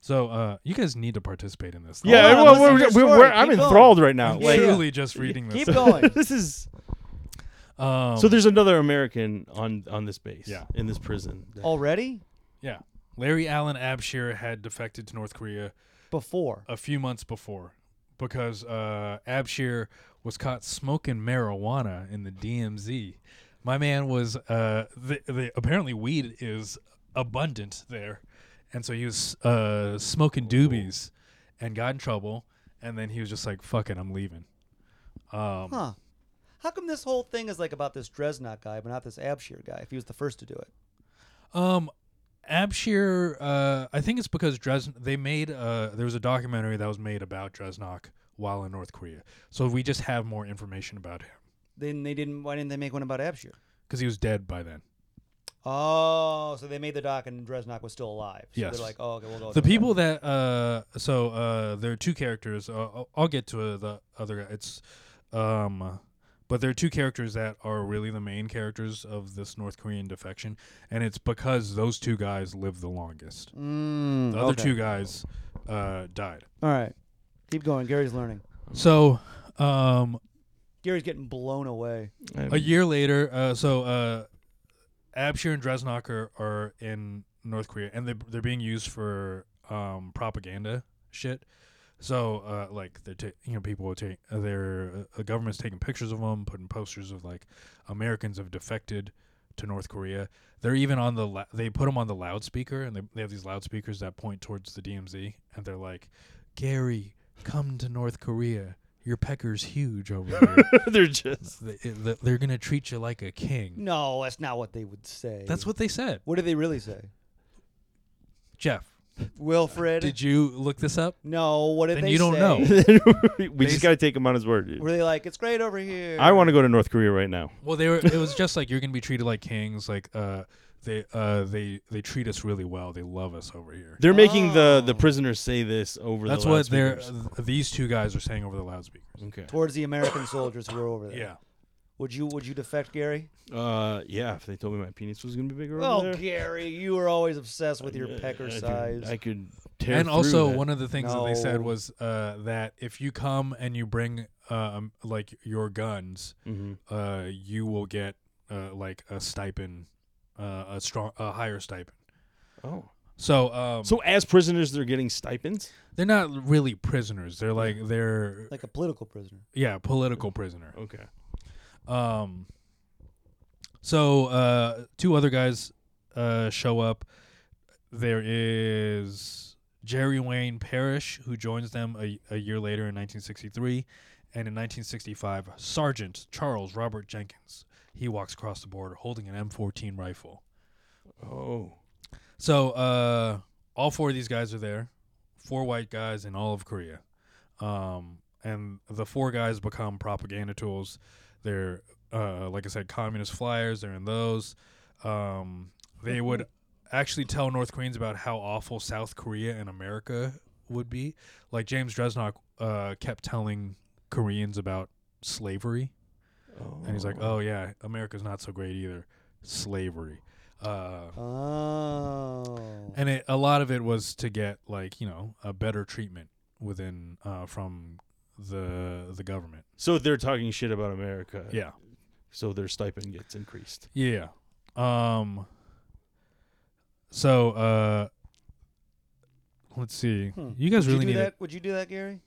[SPEAKER 2] So uh, you guys need to participate in this.
[SPEAKER 1] Yeah.
[SPEAKER 3] on,
[SPEAKER 1] well,
[SPEAKER 3] listen
[SPEAKER 1] we're,
[SPEAKER 3] to the
[SPEAKER 1] we're,
[SPEAKER 3] story.
[SPEAKER 1] we're- I'm
[SPEAKER 3] Keep going.
[SPEAKER 1] enthralled right now.
[SPEAKER 2] I'm
[SPEAKER 1] Like,
[SPEAKER 2] literally just reading this.
[SPEAKER 3] Keep going.
[SPEAKER 1] this is
[SPEAKER 2] Um,
[SPEAKER 1] so. There's another American on on this base.
[SPEAKER 2] Yeah.
[SPEAKER 1] In this prison.
[SPEAKER 3] Already?
[SPEAKER 2] yeah. Larry Allen Abshir had defected to North Korea
[SPEAKER 3] Before.
[SPEAKER 2] a few months before because uh, Abshir was caught smoking marijuana in the DMZ. My man was uh, the, the, apparently weed is abundant there, and so he was uh, smoking doobies and got in trouble. And then he was just like, "Fuck it, I'm leaving." Um,
[SPEAKER 3] Huh. How come this whole thing is like about this Dresnok guy, but not this Abshir guy? If he was the first to do it.
[SPEAKER 2] Um, Abshir, uh, I think it's because Dresden. They made uh, there was a documentary that was made about Dresnok while in North Korea, so we just have more information about him
[SPEAKER 3] Then they didn't. Why didn't they make one about Abshir?
[SPEAKER 2] because he was dead by then.
[SPEAKER 3] Oh, so they made the doc and Dresnok was still alive. So
[SPEAKER 2] Yes.
[SPEAKER 3] They're like, oh, okay, we'll go. with
[SPEAKER 2] The
[SPEAKER 3] that.
[SPEAKER 2] people that uh, so uh, there are two characters. Uh, I'll- I'll get to uh, the other. guy. It's um, but there are two characters that are really the main characters of this North Korean defection, and it's because those two guys lived the longest.
[SPEAKER 3] Mm,
[SPEAKER 2] The other
[SPEAKER 3] okay.
[SPEAKER 2] two guys uh, died.
[SPEAKER 3] All right. Keep going. Gary's learning.
[SPEAKER 2] So um,
[SPEAKER 3] Gary's getting blown away.
[SPEAKER 2] a year later, uh, so uh, Abshir and Dresnok are, are in North Korea, and they they're being used for um, propaganda shit. So uh, like they're ta- you know people are taking uh, they're uh, the government's taking pictures of them, putting posters of like Americans have defected to North Korea. They're even on the la- they put them on the loudspeaker, and they they have these loudspeakers that point towards the DMZ, and they're like, Gary, come to North Korea. Your pecker's huge over there
[SPEAKER 1] They're just.
[SPEAKER 2] they, it- th- they're gonna treat you like a king.
[SPEAKER 3] No, that's not what they would
[SPEAKER 1] Mm.
[SPEAKER 3] say.
[SPEAKER 2] That's what they said.
[SPEAKER 3] What did they really say?
[SPEAKER 2] Jeff,
[SPEAKER 3] Wilfred.
[SPEAKER 2] did you look this up?
[SPEAKER 3] no. What did
[SPEAKER 2] Then
[SPEAKER 3] they
[SPEAKER 2] you don't
[SPEAKER 3] say?
[SPEAKER 2] know.
[SPEAKER 1] we
[SPEAKER 2] s-
[SPEAKER 1] just got to take him on his word, dude.
[SPEAKER 3] Were they like, it's great over here?
[SPEAKER 1] I want to go to North Korea right now.
[SPEAKER 2] Well, they were. It was just like you're gonna be treated like kings. Like uh, they uh they they treat us really well. They love us over here.
[SPEAKER 1] They're making the
[SPEAKER 3] Oh.
[SPEAKER 1] the prisoners say this over.
[SPEAKER 2] That's
[SPEAKER 1] the
[SPEAKER 2] what they're.
[SPEAKER 1] loudspeakers.
[SPEAKER 2] th- These two guys are saying over the loudspeakers.
[SPEAKER 1] Okay.
[SPEAKER 3] towards the American soldiers who were over there.
[SPEAKER 2] Yeah.
[SPEAKER 3] Would you Would you defect, Gary?
[SPEAKER 1] Uh, yeah. If they told me my penis was gonna be bigger
[SPEAKER 3] Oh,
[SPEAKER 1] over there,
[SPEAKER 3] Gary, you were always obsessed with your
[SPEAKER 1] I-
[SPEAKER 3] pecker
[SPEAKER 1] I could-
[SPEAKER 3] size.
[SPEAKER 1] I could tear.
[SPEAKER 2] And
[SPEAKER 1] through
[SPEAKER 2] also,
[SPEAKER 1] that.
[SPEAKER 2] one of the things that they said
[SPEAKER 3] No.
[SPEAKER 2] was uh, that if you come and you bring um, like your guns,
[SPEAKER 1] Mhm.
[SPEAKER 2] uh, you will get uh, like a stipend, uh, a strong, a higher stipend.
[SPEAKER 1] Oh.
[SPEAKER 2] So, um,
[SPEAKER 1] So as prisoners, they're getting stipends.
[SPEAKER 2] they're not really prisoners. They're like they're
[SPEAKER 3] like a political prisoner.
[SPEAKER 2] yeah, political prisoner.
[SPEAKER 1] Okay.
[SPEAKER 2] Um, so uh, two other guys uh, show up. There is Jerry Wayne Parrish, who joins them a, a year later in 1963. And in 1965, Sergeant Charles Robert Jenkins, he walks across the border holding an M14 rifle.
[SPEAKER 1] Oh.
[SPEAKER 2] So uh, all four of these guys are there, four white guys in all of Korea, um, and the four guys become propaganda tools. They're uh, like I said, communist flyers. They're in those. Um, they would actually tell North Koreans about how awful South Korea and America would be. Like James Dresnok uh, kept telling Koreans about slavery.
[SPEAKER 1] oh.
[SPEAKER 2] And he's like, "Oh yeah, America's not so great either. Slavery." Uh,
[SPEAKER 3] Oh.
[SPEAKER 2] and it, a lot of it was to get like you know a better treatment within uh, from the the government.
[SPEAKER 1] So they're talking shit about America.
[SPEAKER 2] Yeah,
[SPEAKER 1] So their stipend gets increased.
[SPEAKER 2] yeah. Um. So uh, let's see.
[SPEAKER 3] Hmm.
[SPEAKER 2] You guys
[SPEAKER 3] Would
[SPEAKER 2] really
[SPEAKER 3] you do
[SPEAKER 2] need it.
[SPEAKER 3] that? Would you do that, Gary?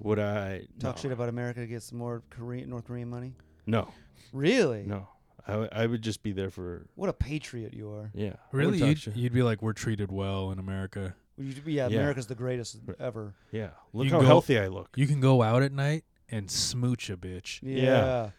[SPEAKER 1] Would I
[SPEAKER 3] Talk
[SPEAKER 1] no.
[SPEAKER 3] shit about America to get some more Korean, North Korean money?
[SPEAKER 1] No,
[SPEAKER 3] Really?
[SPEAKER 1] no. I w- I would just be there for
[SPEAKER 3] What a patriot you are.
[SPEAKER 1] yeah. I would
[SPEAKER 2] Really,
[SPEAKER 1] talk
[SPEAKER 2] you'd,
[SPEAKER 1] shit.
[SPEAKER 2] you'd be like, we're treated well in America.
[SPEAKER 3] Would you- yeah,
[SPEAKER 1] Yeah.
[SPEAKER 3] America's the greatest
[SPEAKER 1] Right.
[SPEAKER 3] ever.
[SPEAKER 1] yeah. Look
[SPEAKER 2] You
[SPEAKER 1] how
[SPEAKER 2] go-
[SPEAKER 1] healthy I look.
[SPEAKER 2] You can go out at night and smooch a bitch.
[SPEAKER 3] Yeah.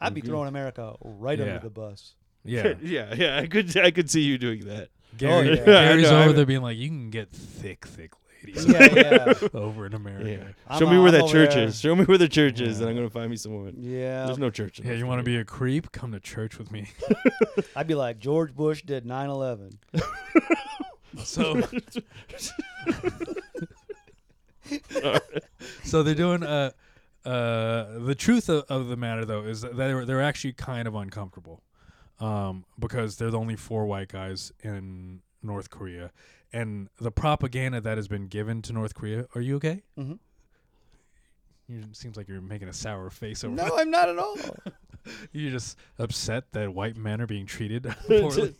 [SPEAKER 3] I'd be
[SPEAKER 1] Agreed.
[SPEAKER 3] throwing America right
[SPEAKER 2] Yeah.
[SPEAKER 3] under the bus.
[SPEAKER 2] Yeah,
[SPEAKER 1] yeah, yeah. I could I could see you doing that.
[SPEAKER 2] Gary,
[SPEAKER 3] Oh, yeah.
[SPEAKER 2] Gary's
[SPEAKER 1] I know, I
[SPEAKER 2] over
[SPEAKER 1] know.
[SPEAKER 2] there being like, you can get thick, thick ladies
[SPEAKER 3] yeah, yeah.
[SPEAKER 2] over in America.
[SPEAKER 1] Yeah.
[SPEAKER 3] I'm
[SPEAKER 1] Show me
[SPEAKER 3] o-
[SPEAKER 1] where
[SPEAKER 3] I'm
[SPEAKER 1] that
[SPEAKER 3] over
[SPEAKER 1] church
[SPEAKER 3] there.
[SPEAKER 1] is. Show me where the church is,
[SPEAKER 2] Yeah.
[SPEAKER 1] and I'm gonna find me some woman.
[SPEAKER 3] Yeah.
[SPEAKER 1] There's no church. in
[SPEAKER 2] Yeah,
[SPEAKER 1] North
[SPEAKER 2] you want to
[SPEAKER 1] Korea.
[SPEAKER 2] be a creep? Come to church with me.
[SPEAKER 3] I'd be like, George Bush did 9 11.
[SPEAKER 2] So, so they're doing. Uh, uh, the truth of, of the matter, though, is that they're they're actually kind of uncomfortable, um, because they're the only four white guys in North Korea, and the propaganda that has been given to North Korea. Are you okay?
[SPEAKER 3] Mhm.
[SPEAKER 2] You, seems like you're making a sour face over.
[SPEAKER 3] No, I'm not at all.
[SPEAKER 2] You're just upset that white men are being treated poorly.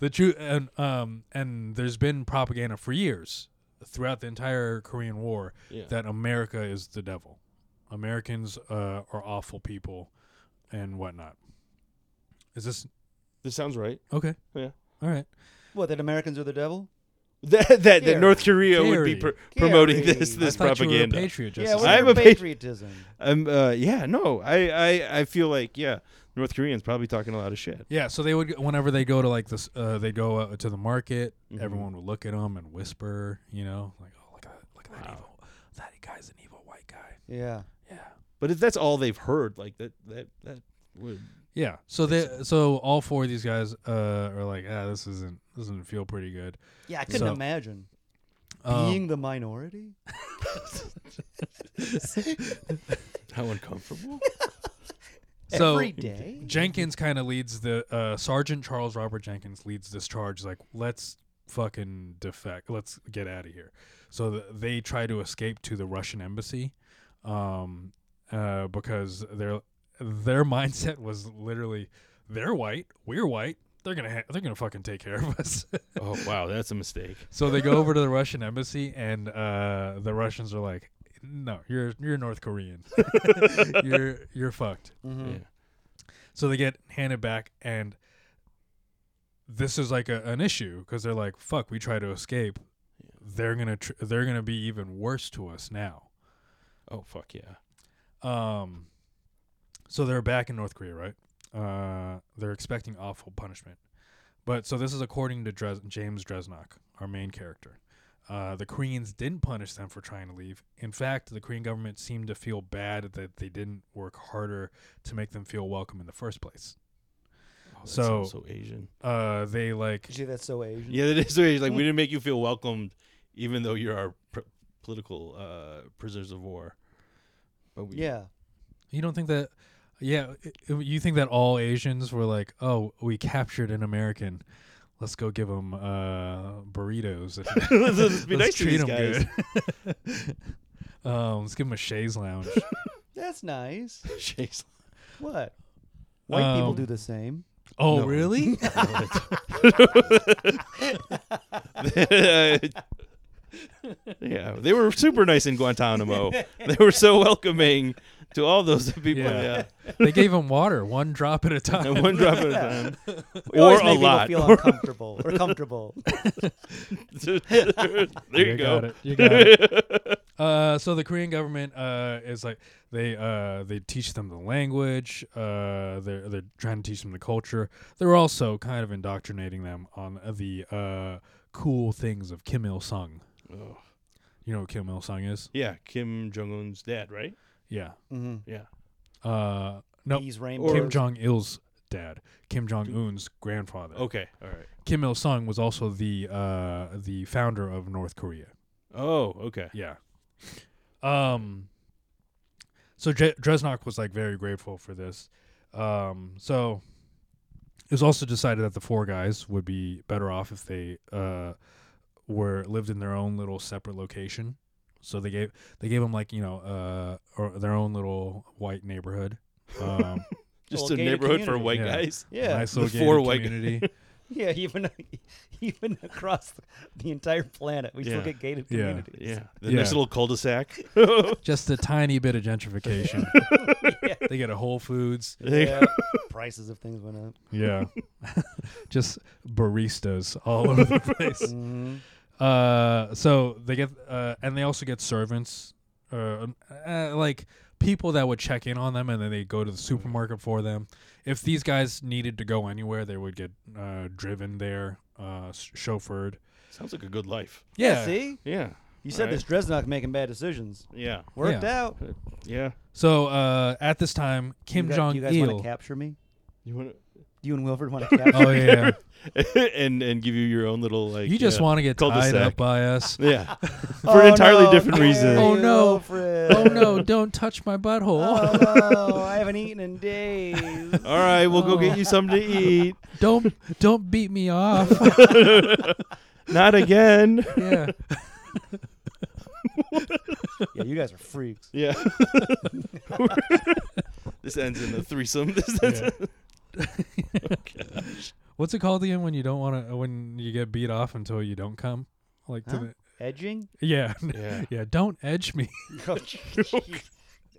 [SPEAKER 2] the truth, and um, and there's been propaganda for years throughout the entire Korean War
[SPEAKER 1] Yeah.
[SPEAKER 2] that America is the devil, Americans uh, are awful people, and whatnot. Is this
[SPEAKER 1] This sounds right.
[SPEAKER 2] okay?
[SPEAKER 1] Yeah.
[SPEAKER 2] All right.
[SPEAKER 3] what, that Americans are the devil?
[SPEAKER 1] That that, that
[SPEAKER 3] Gary.
[SPEAKER 1] North Korea would be pr-
[SPEAKER 2] Gary.
[SPEAKER 1] promoting
[SPEAKER 3] Gary.
[SPEAKER 1] this
[SPEAKER 3] I
[SPEAKER 1] this
[SPEAKER 2] I thought you were a
[SPEAKER 1] propaganda.
[SPEAKER 2] patriot.
[SPEAKER 3] Yeah,
[SPEAKER 2] Justice.
[SPEAKER 3] what's
[SPEAKER 1] I'm
[SPEAKER 3] your
[SPEAKER 1] a patri-
[SPEAKER 3] patriotism?
[SPEAKER 1] I'm uh yeah no I I I feel like yeah North Koreans probably talking a lot of shit.
[SPEAKER 2] Yeah, so they would whenever they go to like this, uh, they go uh, to the market.
[SPEAKER 3] Mm-hmm.
[SPEAKER 1] Mhm.
[SPEAKER 2] Everyone would look at them and whisper, you know, like, "Oh, look at that, look at that evil, that guy's an evil white guy."
[SPEAKER 3] Yeah.
[SPEAKER 2] Yeah,
[SPEAKER 1] But if that's all they've heard, like that that that would
[SPEAKER 2] yeah. So they, so all four of these guys uh, are like, "Ah, this isn't, this doesn't feel pretty good."
[SPEAKER 3] Yeah, I couldn't
[SPEAKER 2] So-
[SPEAKER 3] imagine.
[SPEAKER 2] Um,
[SPEAKER 3] Being the minority?
[SPEAKER 1] how uncomfortable.
[SPEAKER 2] so
[SPEAKER 3] Every day?
[SPEAKER 2] Jenkins kind of leads the uh, Sergeant Charles Robert Jenkins leads this charge. Like, let's fucking defect. Let's get out of here. So th- they try to escape to the Russian embassy, um, uh, because their their mindset was literally they're white, we're white. They're gonna ha- they're gonna fucking take care of us.
[SPEAKER 1] oh wow, that's a mistake.
[SPEAKER 2] so they go over to the Russian embassy, and uh, the Russians are like, "No, you're you're North Korean. you're you're fucked."
[SPEAKER 3] Mhm.
[SPEAKER 1] Yeah.
[SPEAKER 2] So they get handed back, and this is like a, an issue because they're like, "Fuck, we try to escape. They're gonna tr- they're gonna be even worse to us now."
[SPEAKER 1] Oh fuck yeah.
[SPEAKER 2] Um, so they're back in North Korea, right? Uh, they're expecting awful punishment, but so this is according to Dres- James Dresnok, our main character. Uh, the Koreans didn't punish them for trying to leave. In fact, the Korean government seemed to feel bad that they didn't work harder to make them feel welcome in the first place.
[SPEAKER 1] Oh, that
[SPEAKER 2] So-
[SPEAKER 1] sounds so Asian.
[SPEAKER 2] uh they like
[SPEAKER 3] Did you see that's so Asian?
[SPEAKER 1] Yeah, that is so Asian. Like we didn't make you feel welcomed, even though you're our pr- political uh, prisoners of war. But we,
[SPEAKER 3] Yeah.
[SPEAKER 2] you don't think that yeah i- i- you think that all asians were like oh we captured an american let's go give them uh burritos
[SPEAKER 1] Let's- let's be nice to these
[SPEAKER 2] 'em
[SPEAKER 1] guys.
[SPEAKER 2] good um let's give them a chaise lounge
[SPEAKER 3] That's nice.
[SPEAKER 1] Shakes-
[SPEAKER 3] What? White people
[SPEAKER 2] Um,
[SPEAKER 3] do the same.
[SPEAKER 2] Oh,
[SPEAKER 1] No.
[SPEAKER 2] really?
[SPEAKER 1] yeah, they were super nice in Guantanamo. They were so welcoming to all those people. Yeah,
[SPEAKER 2] Yeah. they gave him water, one drop at a time.
[SPEAKER 1] And one drop at a time,
[SPEAKER 3] We
[SPEAKER 1] or
[SPEAKER 3] always
[SPEAKER 1] a
[SPEAKER 3] make people
[SPEAKER 1] lot.
[SPEAKER 3] feel uncomfortable or comfortable.
[SPEAKER 1] there you
[SPEAKER 2] Got
[SPEAKER 1] go.
[SPEAKER 2] it. You got it. Uh, so the Korean government uh, is like they uh, they teach them the language. Uh, they're they're trying to teach them the culture. They're also kind of indoctrinating them on the uh, cool things of Kim Il Sung.
[SPEAKER 1] Oh.
[SPEAKER 2] You know what Kim Il Sung is?
[SPEAKER 1] Yeah, Kim Jong Un's dad, right?
[SPEAKER 2] Yeah.
[SPEAKER 3] mm-hmm.
[SPEAKER 1] Yeah.
[SPEAKER 2] Uh, no,
[SPEAKER 3] These
[SPEAKER 2] Kim
[SPEAKER 3] rainbows.
[SPEAKER 2] Jong Il's dad, Kim Jong Un's grandfather.
[SPEAKER 1] Okay. All right.
[SPEAKER 2] Kim Il Sung was also the uh, the founder of North Korea.
[SPEAKER 1] Oh, okay.
[SPEAKER 2] Yeah. Um. So Dre- Dresnok was like very grateful for this. Um. So it was also decided that the four guys would be better off if they uh were lived in their own little separate location. So they gave they gave them like you know uh or their own little white neighborhood. Um,
[SPEAKER 1] Just
[SPEAKER 3] Little
[SPEAKER 1] a
[SPEAKER 3] gated
[SPEAKER 1] neighborhood for
[SPEAKER 3] community.
[SPEAKER 1] white
[SPEAKER 2] Yeah.
[SPEAKER 1] guys.
[SPEAKER 3] Yeah.
[SPEAKER 2] nice
[SPEAKER 1] The
[SPEAKER 2] little gated
[SPEAKER 1] four white
[SPEAKER 2] community.
[SPEAKER 3] Yeah, even even across the entire planet, we still
[SPEAKER 1] Yeah.
[SPEAKER 3] get gated
[SPEAKER 2] Yeah.
[SPEAKER 3] communities.
[SPEAKER 1] Yeah. The
[SPEAKER 2] Yeah.
[SPEAKER 1] nice little cul-de-sac.
[SPEAKER 2] Just a tiny bit of gentrification. They get a Whole Foods.
[SPEAKER 3] Yeah, prices of things went up.
[SPEAKER 2] Yeah. Just baristas all over the place.
[SPEAKER 3] Mhm.
[SPEAKER 2] Uh, so they get, uh, and they also get servants, uh, uh, like people that would check in on them, and then they go to the supermarket for them. If these guys needed to go anywhere, they would get uh, driven there, uh, s- chauffeured.
[SPEAKER 1] Sounds like a good life.
[SPEAKER 2] Yeah.
[SPEAKER 3] See,
[SPEAKER 1] Yeah.
[SPEAKER 3] you said
[SPEAKER 1] All
[SPEAKER 3] this Dresnok making bad decisions
[SPEAKER 1] Yeah.
[SPEAKER 3] worked
[SPEAKER 2] Yeah.
[SPEAKER 3] out.
[SPEAKER 1] Yeah.
[SPEAKER 2] So uh, at this time, Kim
[SPEAKER 3] you guys,
[SPEAKER 2] Jong
[SPEAKER 3] you guys want
[SPEAKER 2] Il.
[SPEAKER 3] to capture me?
[SPEAKER 1] You want
[SPEAKER 3] You and Wilford want to capture?
[SPEAKER 2] Oh
[SPEAKER 3] me?
[SPEAKER 2] yeah.
[SPEAKER 1] to and and give you your own little like
[SPEAKER 2] You just
[SPEAKER 1] yeah.
[SPEAKER 2] want to get tied
[SPEAKER 1] Cul-de-sac.
[SPEAKER 2] up by us.
[SPEAKER 1] Yeah. For an entirely
[SPEAKER 3] Oh, no,
[SPEAKER 1] different
[SPEAKER 3] dare
[SPEAKER 1] reason.
[SPEAKER 2] Oh,
[SPEAKER 3] you,
[SPEAKER 2] no.
[SPEAKER 3] Wilfred.
[SPEAKER 2] oh no! Don't touch my butthole.
[SPEAKER 3] Oh no! I haven't eaten in days.
[SPEAKER 1] All right, we'll go
[SPEAKER 2] Oh.
[SPEAKER 1] get you something to eat.
[SPEAKER 2] don't don't beat me off.
[SPEAKER 1] Not again.
[SPEAKER 2] yeah.
[SPEAKER 3] yeah, you guys are freaks.
[SPEAKER 1] Yeah. this ends in a threesome. This ends
[SPEAKER 2] Yeah. What's it called again when you don't want to when you get beat off until you don't come? Like to
[SPEAKER 3] Huh?
[SPEAKER 2] the
[SPEAKER 3] Edging?
[SPEAKER 2] yeah.
[SPEAKER 1] Yeah.
[SPEAKER 2] Yeah, don't edge me.
[SPEAKER 3] Oh, jeez.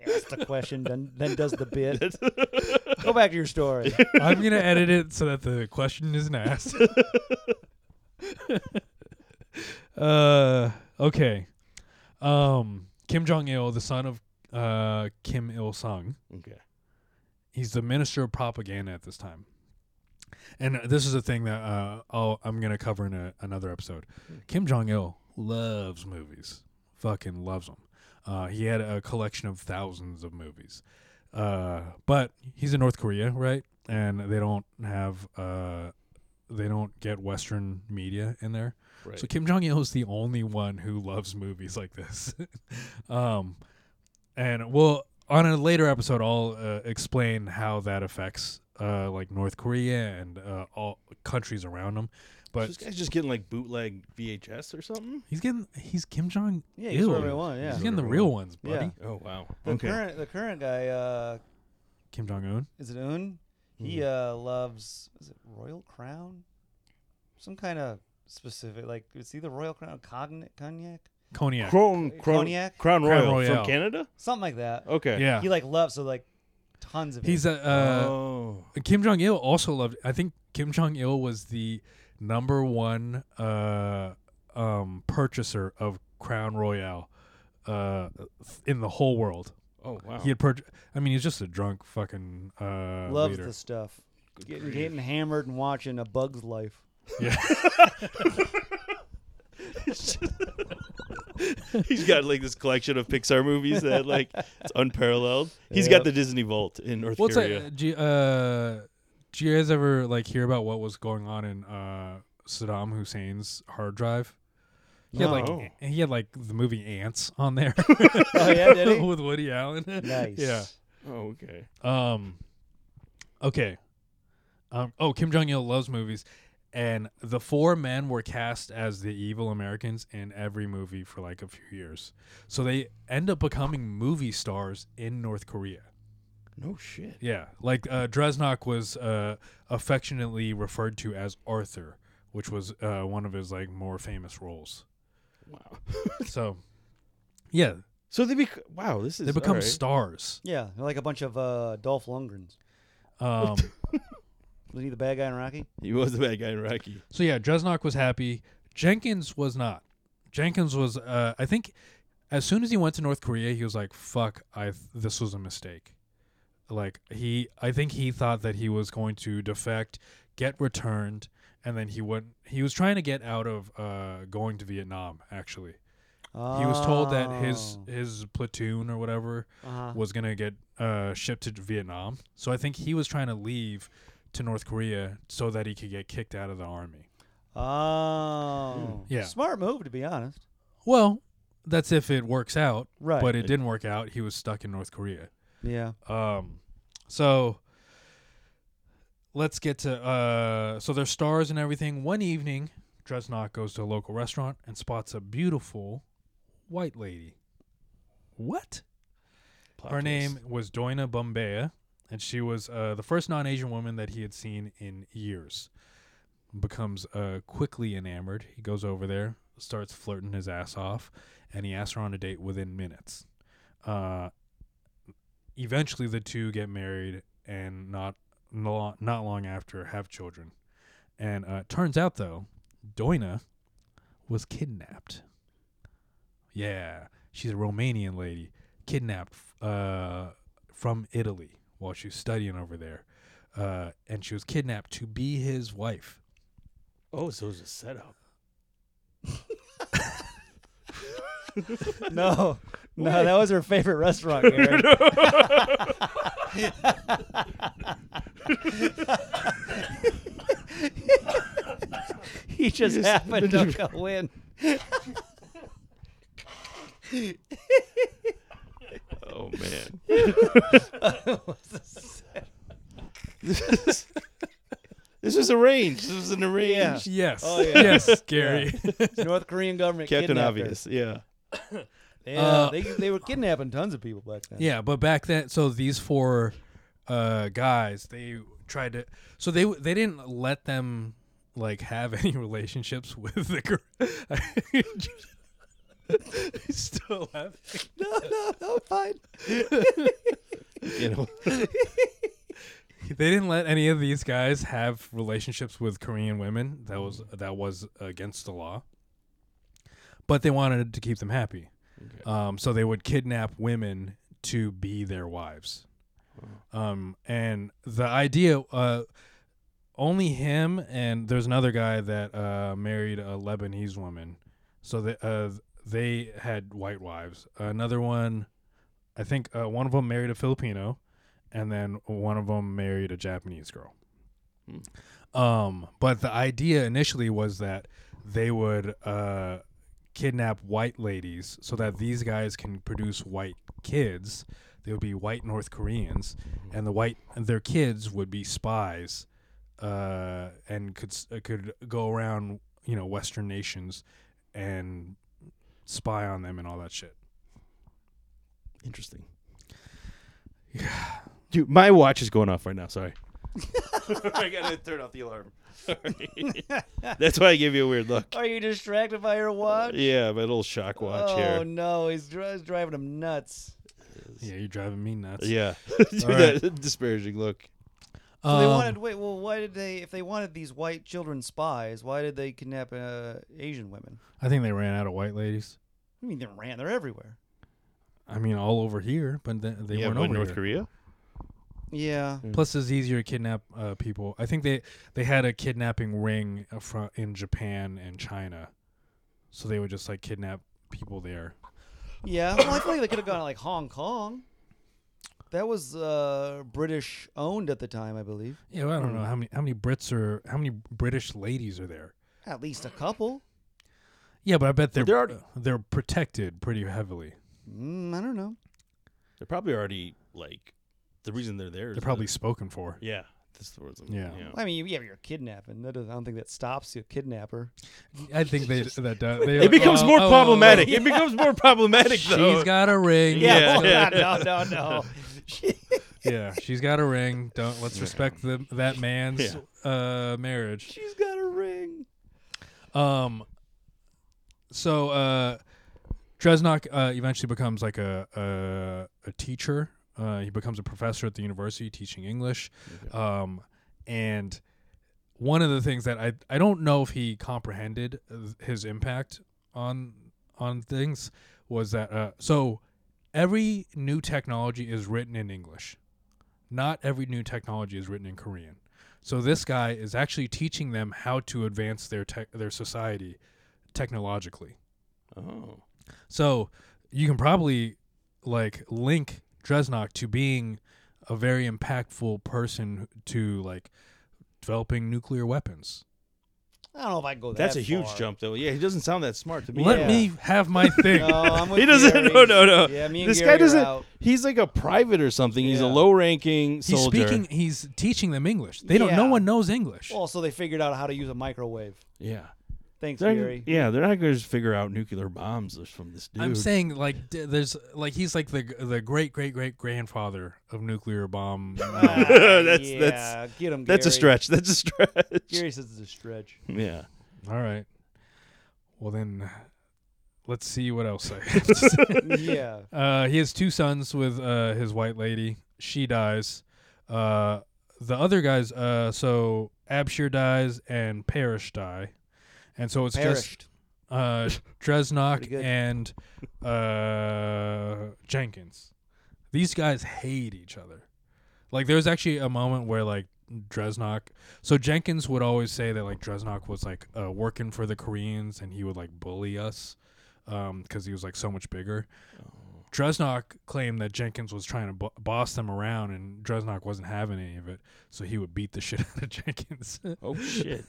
[SPEAKER 3] Ask the question, then then does the bit. Go back to your story.
[SPEAKER 2] I'm gonna edit it so that the question isn't asked. uh, okay. Um, Kim Jong Il, the son of uh, Kim Il Sung,
[SPEAKER 1] okay.
[SPEAKER 2] he's the minister of propaganda at this time. And uh, this is a thing that uh, I'll, I'm going to cover in a, another episode. Kim Jong Il loves movies, fucking loves them. Uh, he had a collection of thousands of movies, uh, but he's in North Korea, right? And they don't have uh, they don't get Western media in there.
[SPEAKER 1] Right.
[SPEAKER 2] So Kim Jong Il is the only one who loves movies like this. um, and we'll on a later episode, I'll uh, explain how that affects uh, like North Korea and uh, all countries around them.
[SPEAKER 1] So
[SPEAKER 2] But
[SPEAKER 1] this guy's just getting like bootleg VHS or something.
[SPEAKER 2] he's getting he's Kim Jong
[SPEAKER 3] Yeah, he's
[SPEAKER 2] Il.
[SPEAKER 3] whatever he want. Yeah.
[SPEAKER 2] He's getting the real ones, buddy.
[SPEAKER 3] Yeah.
[SPEAKER 1] Oh wow.
[SPEAKER 3] The
[SPEAKER 1] okay.
[SPEAKER 3] current the current guy, uh,
[SPEAKER 2] Kim Jong Un.
[SPEAKER 3] is it Un?
[SPEAKER 2] Mm-hmm.
[SPEAKER 3] He uh, loves is it Royal Crown? Some kind of specific like it's either Royal Crown Cogn- cognac
[SPEAKER 1] Crown,
[SPEAKER 2] Cognac.
[SPEAKER 3] Uh,
[SPEAKER 1] Crown,
[SPEAKER 3] Cognac?
[SPEAKER 1] Crown
[SPEAKER 2] Crown
[SPEAKER 1] Royal,
[SPEAKER 2] Royal.
[SPEAKER 1] from Canada.
[SPEAKER 3] something like that.
[SPEAKER 1] Okay.
[SPEAKER 2] Yeah.
[SPEAKER 3] He like loves so like tons of.
[SPEAKER 2] He's
[SPEAKER 3] it.
[SPEAKER 2] a uh,
[SPEAKER 1] oh.
[SPEAKER 2] Kim Jong Il also loved. I think Kim Jong Il was the number one uh, um, purchaser of Crown Royale uh, in the whole world.
[SPEAKER 1] Oh wow.
[SPEAKER 2] He had purch I mean, he's just a drunk fucking uh,
[SPEAKER 3] loves
[SPEAKER 2] leader.
[SPEAKER 3] the stuff.
[SPEAKER 1] Good
[SPEAKER 3] Getting,
[SPEAKER 1] grief.
[SPEAKER 3] getting hammered and watching A Bug's Life.
[SPEAKER 1] He's got like this collection of Pixar movies that like it's unparalleled. He's got
[SPEAKER 3] Yep.
[SPEAKER 1] the Disney Vault in North
[SPEAKER 2] What's
[SPEAKER 1] Korea.
[SPEAKER 2] that? Do you, uh, do you guys ever like hear about what was going on in uh, Saddam Hussein's hard drive? He had
[SPEAKER 1] No.
[SPEAKER 2] like he had like the movie Ants on there
[SPEAKER 3] Oh yeah, did he?
[SPEAKER 2] with Woody Allen.
[SPEAKER 3] Nice.
[SPEAKER 2] Yeah.
[SPEAKER 1] Oh okay.
[SPEAKER 2] Um, okay. Um, oh, Kim Jong Il loves movies, and the four men were cast as the evil Americans in every movie for like a few years. So they end up becoming movie stars in North Korea.
[SPEAKER 1] No shit.
[SPEAKER 2] Yeah, like uh, Dresnok was uh, affectionately referred to as Arthur, which was uh, one of his like more famous roles.
[SPEAKER 1] Wow.
[SPEAKER 2] So, yeah,
[SPEAKER 1] So they bec wow. This is
[SPEAKER 2] they become
[SPEAKER 1] alright.
[SPEAKER 2] stars.
[SPEAKER 3] Yeah, they're like a bunch of uh, Dolph Lundgrens.
[SPEAKER 2] Um,
[SPEAKER 3] Wasn't he the bad guy in Rocky?
[SPEAKER 1] He was the bad guy in Rocky.
[SPEAKER 2] so yeah, Dresnok was happy. Jenkins was not. Jenkins was. Uh, I think as soon as he went to North Korea, he was like, "Fuck, I th- this was a mistake." Like he, I think he thought that he was going to defect, get returned, and then he went. He was trying to get out of uh, going to Vietnam. Actually, he was told that his
[SPEAKER 3] Oh.
[SPEAKER 2] his platoon or whatever
[SPEAKER 3] Uh-huh.
[SPEAKER 2] was gonna get uh, shipped to Vietnam. So I think he was trying to leave to North Korea so that he could get kicked out of the army.
[SPEAKER 3] Oh.
[SPEAKER 2] Yeah.
[SPEAKER 3] Smart move, to be honest.
[SPEAKER 2] Well, that's if it works out,
[SPEAKER 3] Right.
[SPEAKER 2] but it didn't work out. He was stuck in North Korea.
[SPEAKER 3] yeah.
[SPEAKER 2] Um, so let's get to uh, so there's stars and everything. One evening, Dresnok goes to a local restaurant and spots a beautiful white lady. What?
[SPEAKER 1] Plot
[SPEAKER 2] Her
[SPEAKER 1] twist.
[SPEAKER 2] name was Doina Bombea, and she was uh, the first non Asian woman that he had seen in years. Becomes uh, quickly enamored. He goes over there, starts flirting his ass off, and he asks her on a date within minutes. Uh, eventually, the two get married, and not no- not long after have children. And uh, turns out though, Doina was kidnapped. Yeah, she's a Romanian lady kidnapped uh, from Italy while she was studying over there, uh, and she was kidnapped to be his wife.
[SPEAKER 1] Oh, so it was a setup.
[SPEAKER 3] No. No, that was her favorite restaurant. Gary. he just
[SPEAKER 1] just
[SPEAKER 3] happened to
[SPEAKER 1] happened
[SPEAKER 3] go in.
[SPEAKER 1] Oh man. this was arranged. This was an arranged.
[SPEAKER 3] Yeah.
[SPEAKER 2] Yes,
[SPEAKER 3] Oh, yeah.
[SPEAKER 2] yes, Gary.
[SPEAKER 3] North Korean government
[SPEAKER 1] Captain
[SPEAKER 3] kidnapped her.
[SPEAKER 1] Obvious. Yeah.
[SPEAKER 3] Yeah,
[SPEAKER 2] Uh,
[SPEAKER 3] they, they were kidnapping tons of people back then.
[SPEAKER 2] Yeah, but back then, so these four uh, guys, they tried to. So they they didn't let them like have any relationships with the girl. Still laughing.
[SPEAKER 3] No, no, no, fine.
[SPEAKER 1] You know.
[SPEAKER 2] They didn't let any of these guys have relationships with Korean women. That was that was against the law. But they wanted to keep them happy, um, so they would kidnap women to be their wives. Um, and the idea, uh, only him and there's another guy that uh, married a Lebanese woman, so they uh, they had white wives. Another one, I think uh, one of them married a Filipino and then one of them married a Japanese girl. Um, but the idea initially was that they would uh, kidnap white ladies so that these guys can produce white kids. They would be white North Koreans, and the white and their kids would be spies, uh, and could s- uh, could go around you know Western nations and spy on them and all that shit.
[SPEAKER 1] Interesting. Dude, my watch is going off right now. Sorry. I gotta turn off the alarm. Sorry. That's why I gave you a weird look.
[SPEAKER 3] Are you distracted by your watch?
[SPEAKER 1] Yeah, my little shock watch
[SPEAKER 3] oh,
[SPEAKER 1] here.
[SPEAKER 3] no, he's, dri- he's driving him nuts.
[SPEAKER 2] Yeah, you're driving me nuts.
[SPEAKER 1] Yeah, do
[SPEAKER 2] All
[SPEAKER 1] that disparaging look.
[SPEAKER 3] So they
[SPEAKER 2] Um,
[SPEAKER 3] wanted wait. Well, why did they? If they wanted these white children spies, why did they kidnap uh, Asian women?
[SPEAKER 2] I think they ran out of white ladies.
[SPEAKER 3] I mean, they ran. They're everywhere.
[SPEAKER 2] I mean, all over here, but th- they
[SPEAKER 1] yeah,
[SPEAKER 2] weren't
[SPEAKER 1] but
[SPEAKER 2] over
[SPEAKER 1] North
[SPEAKER 2] here.
[SPEAKER 1] Korea.
[SPEAKER 3] Yeah.
[SPEAKER 1] Mm.
[SPEAKER 2] Plus, it's easier to kidnap uh, people. I think they they had a kidnapping ring uh, fro- in Japan and China, so they would just like kidnap people there.
[SPEAKER 3] Yeah. Well, I feel like they could have gone to like Hong Kong. That was uh, British owned at the time, I believe.
[SPEAKER 2] Yeah, well, I don't know how many how many Brits are how many British ladies are there.
[SPEAKER 3] At least a couple.
[SPEAKER 2] Yeah, but I bet they're uh,
[SPEAKER 1] they're already-
[SPEAKER 2] they're protected pretty heavily.
[SPEAKER 3] Mm, I don't know.
[SPEAKER 1] They're probably already like the reason they're there. is
[SPEAKER 2] They're probably
[SPEAKER 1] the-
[SPEAKER 2] spoken for.
[SPEAKER 1] yeah. This was
[SPEAKER 2] Yeah.
[SPEAKER 3] I mean, yeah, you're kidnapping. That doesn't, I don't think that stops you, kidnapper.
[SPEAKER 2] I think they that does. They,
[SPEAKER 1] It becomes
[SPEAKER 2] oh,
[SPEAKER 1] more
[SPEAKER 2] oh, oh, oh.
[SPEAKER 1] problematic. It becomes more problematic though.
[SPEAKER 2] She's got a ring.
[SPEAKER 1] Yeah.
[SPEAKER 3] Oh, God, no, no, no.
[SPEAKER 2] yeah, she's got a ring. Don't let's respect the, that man's uh, marriage.
[SPEAKER 3] She's got a ring.
[SPEAKER 2] Um. So, uh, Dresnok uh, eventually becomes like a a, a teacher. Uh, he becomes a professor at the university teaching English. Um, and one of the things that I I don't know if he comprehended uh, his impact on on things was that uh, so every new technology is written in English. Not every new technology is written in Korean. So this guy is actually teaching them how to advance their tech their society technologically.
[SPEAKER 1] Oh,
[SPEAKER 2] So you can probably like link Dresnok to being a very impactful person to like developing nuclear weapons.
[SPEAKER 3] I don't know if I can go.
[SPEAKER 1] that's
[SPEAKER 3] that
[SPEAKER 1] a huge
[SPEAKER 3] far.
[SPEAKER 1] jump, though. Yeah, he doesn't sound that smart to me.
[SPEAKER 2] Let
[SPEAKER 3] Yeah.
[SPEAKER 2] me have my thing.
[SPEAKER 3] No, I'm with
[SPEAKER 1] He doesn't.
[SPEAKER 3] Gary.
[SPEAKER 1] No, no, no.
[SPEAKER 3] Yeah, me and
[SPEAKER 1] this
[SPEAKER 3] Gary
[SPEAKER 1] guy doesn't.
[SPEAKER 3] Are out.
[SPEAKER 1] He's like a private or something. He's a
[SPEAKER 3] Yeah.
[SPEAKER 1] low-ranking
[SPEAKER 2] He's
[SPEAKER 1] soldier.
[SPEAKER 2] speaking he's teaching them English. They don't no
[SPEAKER 3] Yeah.
[SPEAKER 2] one knows English.
[SPEAKER 3] Also, they figured out how to use a microwave.
[SPEAKER 1] Yeah,
[SPEAKER 3] Thanks,
[SPEAKER 1] They're-
[SPEAKER 3] Gary.
[SPEAKER 1] yeah. They're not going to figure out nuclear bombs from this dude.
[SPEAKER 2] I'm saying like d- there's like he's like the the great great great grandfather of nuclear bomb.
[SPEAKER 3] Ah,
[SPEAKER 1] That's-
[SPEAKER 3] yeah,
[SPEAKER 1] that's-
[SPEAKER 3] get him.
[SPEAKER 1] That's a
[SPEAKER 3] Gary.
[SPEAKER 1] stretch. That's a stretch.
[SPEAKER 3] Gary says it's a stretch.
[SPEAKER 1] yeah.
[SPEAKER 2] All right. Well then, let's see what else I have. to say.
[SPEAKER 3] yeah.
[SPEAKER 2] Uh, he has two sons with uh, his white lady. She dies. Uh, the other guys, uh, so Abshir dies and Parrish die, and so it's
[SPEAKER 3] Perished.
[SPEAKER 2] just uh,
[SPEAKER 3] Pretty
[SPEAKER 2] Dresnok
[SPEAKER 3] good.
[SPEAKER 2] and uh, Jenkins. These guys hate each other. Like there was actually a moment where like Dresnok, so Jenkins would always say that like Dresnok was like uh, working for the Koreans and he would like bully us because he was like so much bigger. Dresnok claimed that Jenkins was trying to bo- boss them around, and Dresnok wasn't having any of it, so he would beat the shit out of Jenkins.
[SPEAKER 1] Oh shit.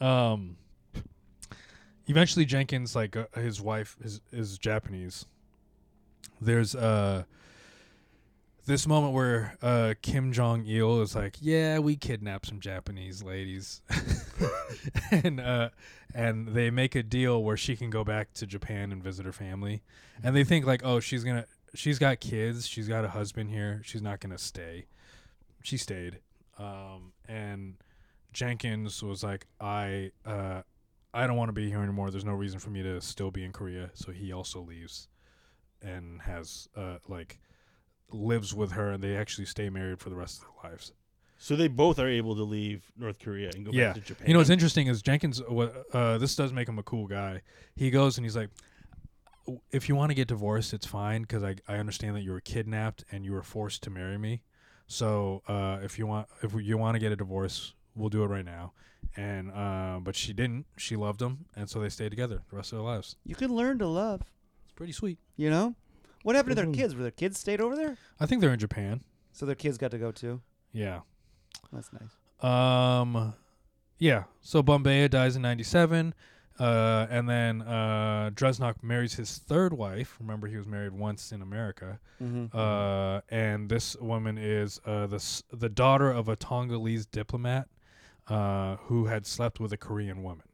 [SPEAKER 2] um, eventually, Jenkins, like uh, his wife, is is Japanese. There's uh this moment where uh Kim Jong Il is like, "Yeah, we kidnapped some Japanese ladies," and uh and they make a deal where she can go back to Japan and visit her family, and they think like, "Oh, she's gonna." She's got kids. She's got a husband here. She's not gonna stay. She stayed, um, and Jenkins was like, "I, uh, I don't want to be here anymore. There's no reason for me to still be in Korea." So he also leaves, and has uh, like lives with her, and they actually stay married for the rest of their lives.
[SPEAKER 1] So they both are able to leave North Korea and go
[SPEAKER 2] Yeah.
[SPEAKER 1] back to Japan.
[SPEAKER 2] You know what's interesting is Jenkins. wa- Uh, this does make him a cool guy. He goes and he's like, "If you want to get divorced, it's fine because I I understand that you were kidnapped and you were forced to marry me. So uh, if you want if you want to get a divorce, we'll do it right now." And uh, but she didn't. She loved him, and so they stayed together the rest of their lives.
[SPEAKER 3] You can learn to love.
[SPEAKER 2] It's pretty sweet.
[SPEAKER 3] You know. What happened to their
[SPEAKER 2] Mm-hmm.
[SPEAKER 1] Mhm.
[SPEAKER 3] kids? Were their kids stayed over there?
[SPEAKER 2] I think they're in Japan.
[SPEAKER 3] So their kids got to go too.
[SPEAKER 2] Yeah.
[SPEAKER 3] That's nice.
[SPEAKER 2] Um, yeah. So Bombea dies in '97, uh, and then uh, Dresnok marries his third wife. Remember, he was married once in America,
[SPEAKER 3] Mm-hmm.
[SPEAKER 2] uh, and this woman is uh, the s- the daughter of a Tongolese diplomat uh, who had slept with a Korean woman.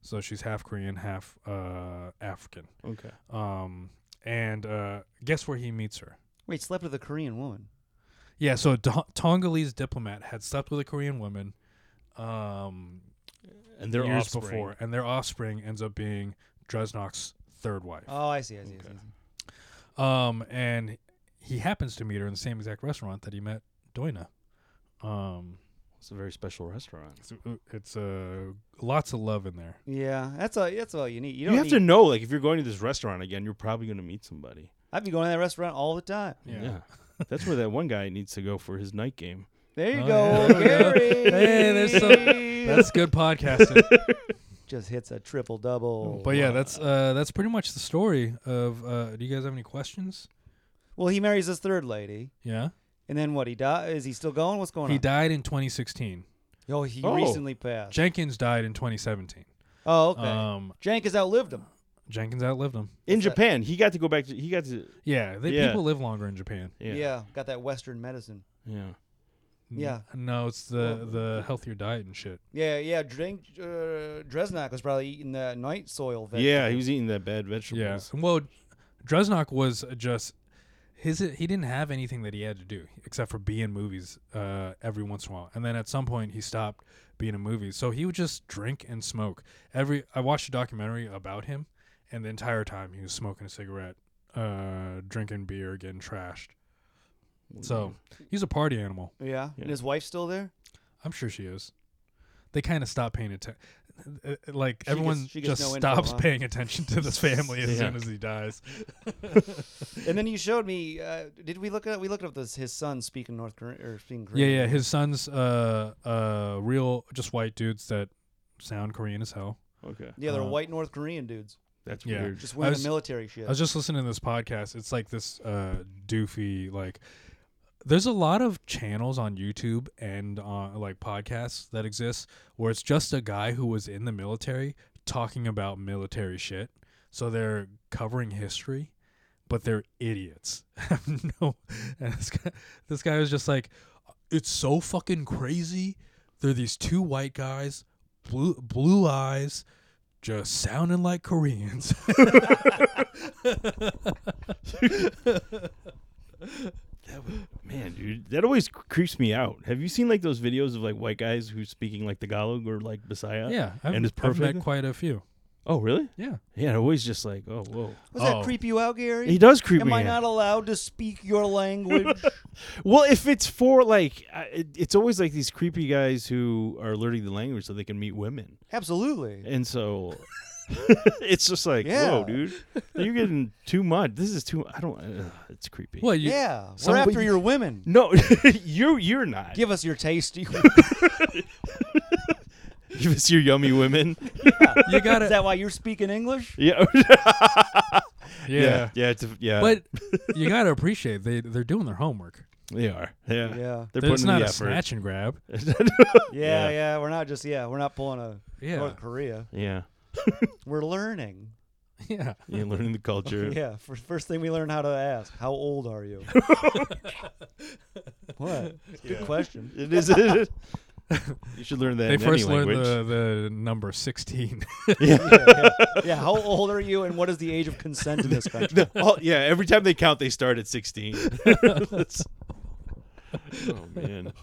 [SPEAKER 2] So she's half Korean, half uh, African.
[SPEAKER 1] Okay.
[SPEAKER 2] Um, and uh, guess where he meets her?
[SPEAKER 3] Wait, slept with a Korean woman.
[SPEAKER 2] Yeah, so a Tong- Tongolese diplomat had slept with a Korean woman. Um,
[SPEAKER 1] And they're
[SPEAKER 2] years
[SPEAKER 1] offspring.
[SPEAKER 2] before, and their offspring ends up being Dresnok's third wife.
[SPEAKER 1] Uh,
[SPEAKER 3] Oh, I see. I see. I
[SPEAKER 1] Okay.
[SPEAKER 3] see,
[SPEAKER 2] Um, and he happens to meet her in the same exact restaurant that he met Doina. Um,
[SPEAKER 1] It's a very special restaurant.
[SPEAKER 2] it's, it's uh, lots of love in there.
[SPEAKER 3] I see. Yeah, that's all. That's all you need. You
[SPEAKER 1] You,
[SPEAKER 3] don't
[SPEAKER 1] have
[SPEAKER 3] need,
[SPEAKER 1] to know, like, if you're going to this restaurant again, you're probably going to meet somebody.
[SPEAKER 3] I'd be going to that restaurant all the time.
[SPEAKER 2] Yeah.
[SPEAKER 1] That's where that one guy needs to go for his night game.
[SPEAKER 3] There you
[SPEAKER 2] Oh,
[SPEAKER 3] go,
[SPEAKER 2] yeah. There we
[SPEAKER 3] Gary.
[SPEAKER 2] go. Hey, there's some- That's good podcasting.
[SPEAKER 3] just hits a triple double.
[SPEAKER 2] but yeah, that's uh, that's pretty much the story of. Uh, do you guys have any questions?
[SPEAKER 3] well, he marries his third lady,
[SPEAKER 2] Yeah,
[SPEAKER 3] and then what? He died. Is he still going? What's going
[SPEAKER 2] he
[SPEAKER 3] on?
[SPEAKER 2] died in 2016.
[SPEAKER 3] oh, he
[SPEAKER 1] Oh.
[SPEAKER 3] recently passed.
[SPEAKER 2] Jenkins died in 2017.
[SPEAKER 3] oh, okay.
[SPEAKER 2] Um,
[SPEAKER 3] Jank has outlived him.
[SPEAKER 2] Jenkins outlived him.
[SPEAKER 1] In
[SPEAKER 3] What's that?
[SPEAKER 1] Japan, he got to go back to. He got to.
[SPEAKER 2] Yeah, they,
[SPEAKER 1] Yeah.
[SPEAKER 2] people live longer in Japan.
[SPEAKER 1] Yeah.
[SPEAKER 3] got that Western medicine.
[SPEAKER 1] yeah.
[SPEAKER 2] N-
[SPEAKER 3] Yeah.
[SPEAKER 2] No, it's the
[SPEAKER 3] Well-
[SPEAKER 2] the healthier diet and shit.
[SPEAKER 3] Yeah, yeah. Drink, uh, Dresnak was probably eating that night soil. Vegetable.
[SPEAKER 1] Yeah, he was eating that bad vegetables.
[SPEAKER 2] Yeah. Well, Dresnok was just his he didn't have anything that he had to do except for be in movies uh, every once in a while, and then at some point he stopped being in movies, so he would just drink and smoke. Every I watched a documentary about him, and the entire time he was smoking a cigarette, uh, drinking beer, getting trashed. So
[SPEAKER 3] Mm-hmm.
[SPEAKER 2] he's a party animal.
[SPEAKER 3] Yeah.
[SPEAKER 1] Yeah.
[SPEAKER 3] And his wife's still there?
[SPEAKER 2] I'm sure she is. They kind of stop paying attention. Like
[SPEAKER 3] gets-
[SPEAKER 2] everyone
[SPEAKER 3] she gets
[SPEAKER 2] just
[SPEAKER 3] no info,
[SPEAKER 2] stops
[SPEAKER 3] huh?
[SPEAKER 2] paying attention to this family as
[SPEAKER 1] Yeah.
[SPEAKER 2] soon as he dies.
[SPEAKER 3] And then you showed me. Uh, did we look at? We looked up this his son speaking North Korean or speaking
[SPEAKER 2] Yeah,
[SPEAKER 3] Korean.
[SPEAKER 2] yeah. His son's uh uh real just white dudes that sound Korean as hell.
[SPEAKER 1] okay,
[SPEAKER 3] Yeah, they're
[SPEAKER 2] Uh,
[SPEAKER 3] white North Korean dudes.
[SPEAKER 1] that's
[SPEAKER 2] Yeah.
[SPEAKER 1] weird.
[SPEAKER 3] Just
[SPEAKER 2] I
[SPEAKER 3] wearing
[SPEAKER 2] was-
[SPEAKER 3] the military shit.
[SPEAKER 2] I was just listening to this podcast. It's like this uh doofy like there's a lot of channels on YouTube and on like podcasts that exist where it's just a guy who was in the military talking about military shit. So they're covering history, but they're idiots. no, and this guy, this guy was just like, it's so fucking crazy. They're these two white guys, blue blue eyes, just sounding like Koreans.
[SPEAKER 1] Man, dude, that always cr- creeps me out. Have you seen like those videos of like white guys who's speaking like Tagalog or like Bisaya?
[SPEAKER 2] yeah, I've,
[SPEAKER 1] And it's
[SPEAKER 2] I've
[SPEAKER 1] perfect?
[SPEAKER 2] met quite a few.
[SPEAKER 1] Oh, really?
[SPEAKER 2] Yeah,
[SPEAKER 1] Yeah, it always just like, oh, whoa.
[SPEAKER 3] Does that
[SPEAKER 2] Oh.
[SPEAKER 3] creep you out, Gary?
[SPEAKER 1] He does creep
[SPEAKER 3] Am
[SPEAKER 1] me
[SPEAKER 3] I
[SPEAKER 1] out.
[SPEAKER 3] not allowed to speak your language?
[SPEAKER 1] Well, if it's for like, I- it, it's always like these creepy guys who are learning the language so they can meet women,
[SPEAKER 3] Absolutely.
[SPEAKER 1] and so it's just like,
[SPEAKER 3] Yeah.
[SPEAKER 1] whoa, dude, you're getting too much. This is too. I don't. Uh, it's creepy.
[SPEAKER 2] well, you,
[SPEAKER 3] yeah, we're
[SPEAKER 2] some-
[SPEAKER 3] after your women.
[SPEAKER 1] No, you you're not.
[SPEAKER 3] Give us your tasty.
[SPEAKER 1] Give us your yummy women.
[SPEAKER 2] you gotta,
[SPEAKER 3] Is that why you're speaking English?
[SPEAKER 1] Yeah.
[SPEAKER 2] yeah.
[SPEAKER 1] yeah. Yeah. It's, yeah.
[SPEAKER 2] But you gotta appreciate they they're doing their homework.
[SPEAKER 1] they are. Yeah.
[SPEAKER 3] Yeah.
[SPEAKER 1] They're
[SPEAKER 2] It's
[SPEAKER 1] putting in
[SPEAKER 2] not
[SPEAKER 1] the
[SPEAKER 2] a
[SPEAKER 1] effort.
[SPEAKER 2] snatch and grab.
[SPEAKER 3] Yeah, yeah,
[SPEAKER 1] Yeah.
[SPEAKER 3] We're not just yeah. We're not pulling a
[SPEAKER 2] Yeah,
[SPEAKER 3] North Korea.
[SPEAKER 1] yeah.
[SPEAKER 3] We're learning.
[SPEAKER 2] yeah.
[SPEAKER 1] You're learning the culture.
[SPEAKER 3] Yeah. For, first thing we learn how to ask, how old are you? what? Good question.
[SPEAKER 1] It is. It is. You should learn that.
[SPEAKER 2] They
[SPEAKER 1] in
[SPEAKER 2] first
[SPEAKER 1] any
[SPEAKER 2] learned
[SPEAKER 1] language.
[SPEAKER 2] the, the number sixteen.
[SPEAKER 3] yeah, yeah. Yeah, How old are you, and what is the age of consent in this country?
[SPEAKER 1] No, all- oh, yeah, every time they count, they start at 16. That's- oh, man.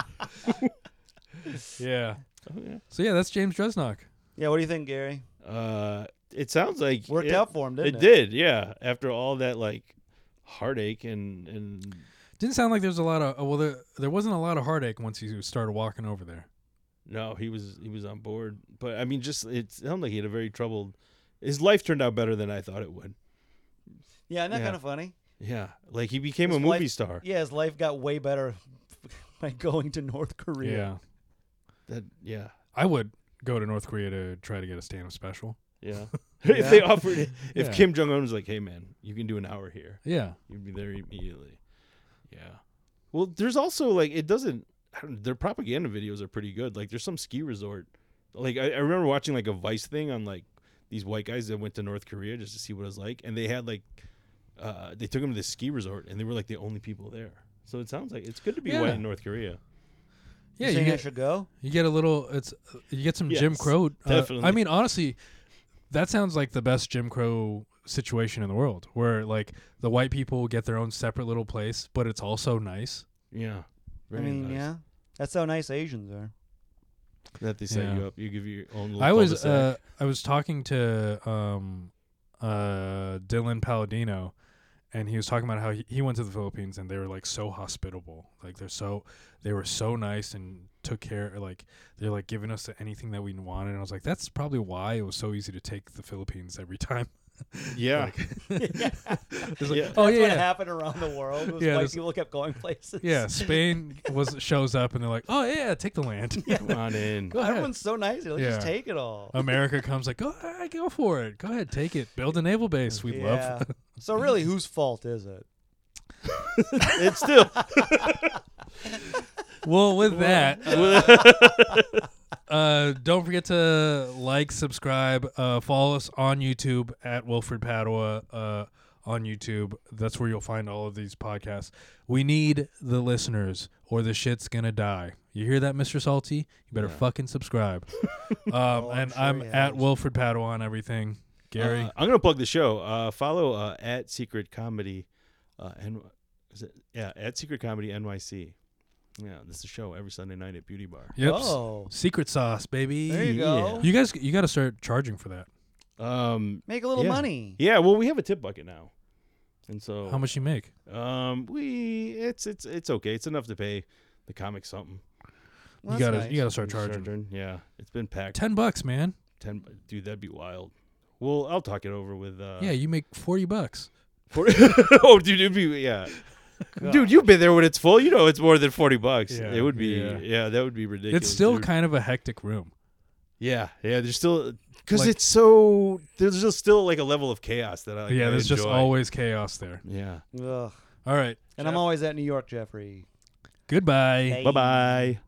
[SPEAKER 2] yeah. So yeah, that's James Dresnock.
[SPEAKER 3] Yeah. What do you think, Gary?
[SPEAKER 1] Uh, it sounds like.
[SPEAKER 3] Worked
[SPEAKER 1] it,
[SPEAKER 3] out for him, didn't it?
[SPEAKER 1] it did, yeah. After all that, like, heartache and. and
[SPEAKER 2] Didn't sound like there's a lot of well, there there wasn't a lot of heartache once he started walking over there.
[SPEAKER 1] no, he was he was on board, but I mean, just it sounded like he had a very troubled. His life turned out better than I thought it would.
[SPEAKER 3] Yeah, isn't that
[SPEAKER 1] Yeah.
[SPEAKER 3] kind of funny?
[SPEAKER 1] Yeah, like he became a
[SPEAKER 3] His
[SPEAKER 1] movie
[SPEAKER 3] life-
[SPEAKER 1] star.
[SPEAKER 3] Yeah, his life got way better by going to North
[SPEAKER 2] Yeah.
[SPEAKER 3] Korea.
[SPEAKER 1] That yeah
[SPEAKER 2] I would go to North Korea to try to get a stand-up special.
[SPEAKER 1] yeah.
[SPEAKER 3] Yeah.
[SPEAKER 1] if they offered, it, if
[SPEAKER 2] Yeah.
[SPEAKER 1] Kim Jong Un was like, "Hey man, you can do an hour here,"
[SPEAKER 2] Yeah.
[SPEAKER 1] You'd be there immediately. Yeah. Well, there's also like it doesn't. I don't- Their propaganda videos are pretty good. Like there's some ski resort. Like I, I remember watching like a Vice thing on like these white guys that went to North Korea just to see what it was like, and they had like uh, they took them to this ski resort, and they were like the only people there. So it sounds like it's good to be
[SPEAKER 2] Yeah.
[SPEAKER 1] white in North Korea.
[SPEAKER 2] Yeah,
[SPEAKER 3] you
[SPEAKER 2] you
[SPEAKER 3] think I
[SPEAKER 2] get,
[SPEAKER 3] should go?
[SPEAKER 2] you get a little. It's you get some Jim
[SPEAKER 1] Yes,
[SPEAKER 2] Crow. uh, I
[SPEAKER 1] definitely.
[SPEAKER 2] mean, honestly, that sounds like the best Jim Crow situation in the world, where like the white people get their own separate little place, but it's also nice.
[SPEAKER 1] Yeah.
[SPEAKER 3] I mean, yeah, that's how nice Asians are.
[SPEAKER 1] That they set
[SPEAKER 2] Yeah.
[SPEAKER 1] you up. You give your own. Little
[SPEAKER 2] I was
[SPEAKER 1] cul-de-sac.
[SPEAKER 2] uh, I was talking to um, uh, Dylan Palladino, and he was talking about how he, he went to the Philippines and they were like so hospitable, like they're so they were so nice and took care, like they're like giving us anything that we wanted. And I was like, that's probably why it was so easy to take the Philippines every time.
[SPEAKER 1] yeah.
[SPEAKER 2] It's like,
[SPEAKER 1] Yeah.
[SPEAKER 2] Oh
[SPEAKER 3] that's
[SPEAKER 2] yeah, yeah.
[SPEAKER 3] what happened around the world. Was
[SPEAKER 2] Yeah,
[SPEAKER 3] white
[SPEAKER 2] this-
[SPEAKER 3] people kept going places.
[SPEAKER 2] Yeah, Spain was shows up and they're like, oh yeah, take the land.
[SPEAKER 1] Come on in.
[SPEAKER 2] Go ahead.
[SPEAKER 3] Everyone's so nice. They're like, just
[SPEAKER 2] Yeah.
[SPEAKER 3] take it all.
[SPEAKER 2] America comes like, go ahead, go for it. Go ahead, take it. Build a naval base. We love.
[SPEAKER 3] Yeah. so really, whose fault is it?
[SPEAKER 1] it's still.
[SPEAKER 2] Well, with that, uh, uh, don't forget to like, subscribe, uh, follow us on YouTube at Wilfred Padua uh, on YouTube. That's where you'll find all of these podcasts. We need the listeners, or the shit's gonna die. You hear that, Mister Salty? You better fucking subscribe. um,
[SPEAKER 3] Oh, I'm
[SPEAKER 2] and
[SPEAKER 3] sure
[SPEAKER 2] I'm
[SPEAKER 3] he has.
[SPEAKER 2] at Wilfred Padua on everything. Gary,
[SPEAKER 1] Uh, I'm gonna plug the show. Uh, follow uh, at Secret uh, Comedy Uh, and is it, yeah, at Secret Comedy NYC. Yeah, this is a show every Sunday night at Beauty Bar.
[SPEAKER 2] Yep.
[SPEAKER 3] Whoa.
[SPEAKER 2] Secret sauce, baby.
[SPEAKER 3] oh. There you
[SPEAKER 1] Yeah.
[SPEAKER 3] go.
[SPEAKER 2] You guys, you got to start charging for that.
[SPEAKER 1] Um,
[SPEAKER 3] Make a little
[SPEAKER 1] Yeah.
[SPEAKER 3] money.
[SPEAKER 1] yeah, well, we have a tip bucket now, and
[SPEAKER 3] Oh.
[SPEAKER 1] so
[SPEAKER 2] How much you make?
[SPEAKER 1] Um, we it's it's it's okay. It's enough to pay the comic something.
[SPEAKER 2] you
[SPEAKER 3] Well, that's
[SPEAKER 2] gotta,
[SPEAKER 3] nice.
[SPEAKER 2] you gotta start charging.
[SPEAKER 1] Yeah, it's been packed.
[SPEAKER 2] Ten bucks, man.
[SPEAKER 1] Ten, dude, that'd be wild. Well, I'll talk it over with. uh
[SPEAKER 2] yeah, you make forty bucks.
[SPEAKER 1] forty- oh, dude, it'd be yeah. Dude, you've been there when it's full. You know it's more than forty bucks.
[SPEAKER 2] Yeah,
[SPEAKER 1] it would be
[SPEAKER 2] yeah.
[SPEAKER 1] yeah. that would be ridiculous.
[SPEAKER 2] It's still
[SPEAKER 1] dude.
[SPEAKER 2] kind of a hectic room.
[SPEAKER 1] yeah, yeah. There's still because
[SPEAKER 2] Like-
[SPEAKER 1] it's so there's just still like a level of chaos that I like,
[SPEAKER 2] yeah,
[SPEAKER 1] I
[SPEAKER 2] there's just
[SPEAKER 1] enjoy.
[SPEAKER 2] always chaos there.
[SPEAKER 1] yeah.
[SPEAKER 3] Ugh.
[SPEAKER 2] All right,
[SPEAKER 3] And I'm always at New York, Jeffrey.
[SPEAKER 2] goodbye.
[SPEAKER 3] Hey.
[SPEAKER 1] Bye bye.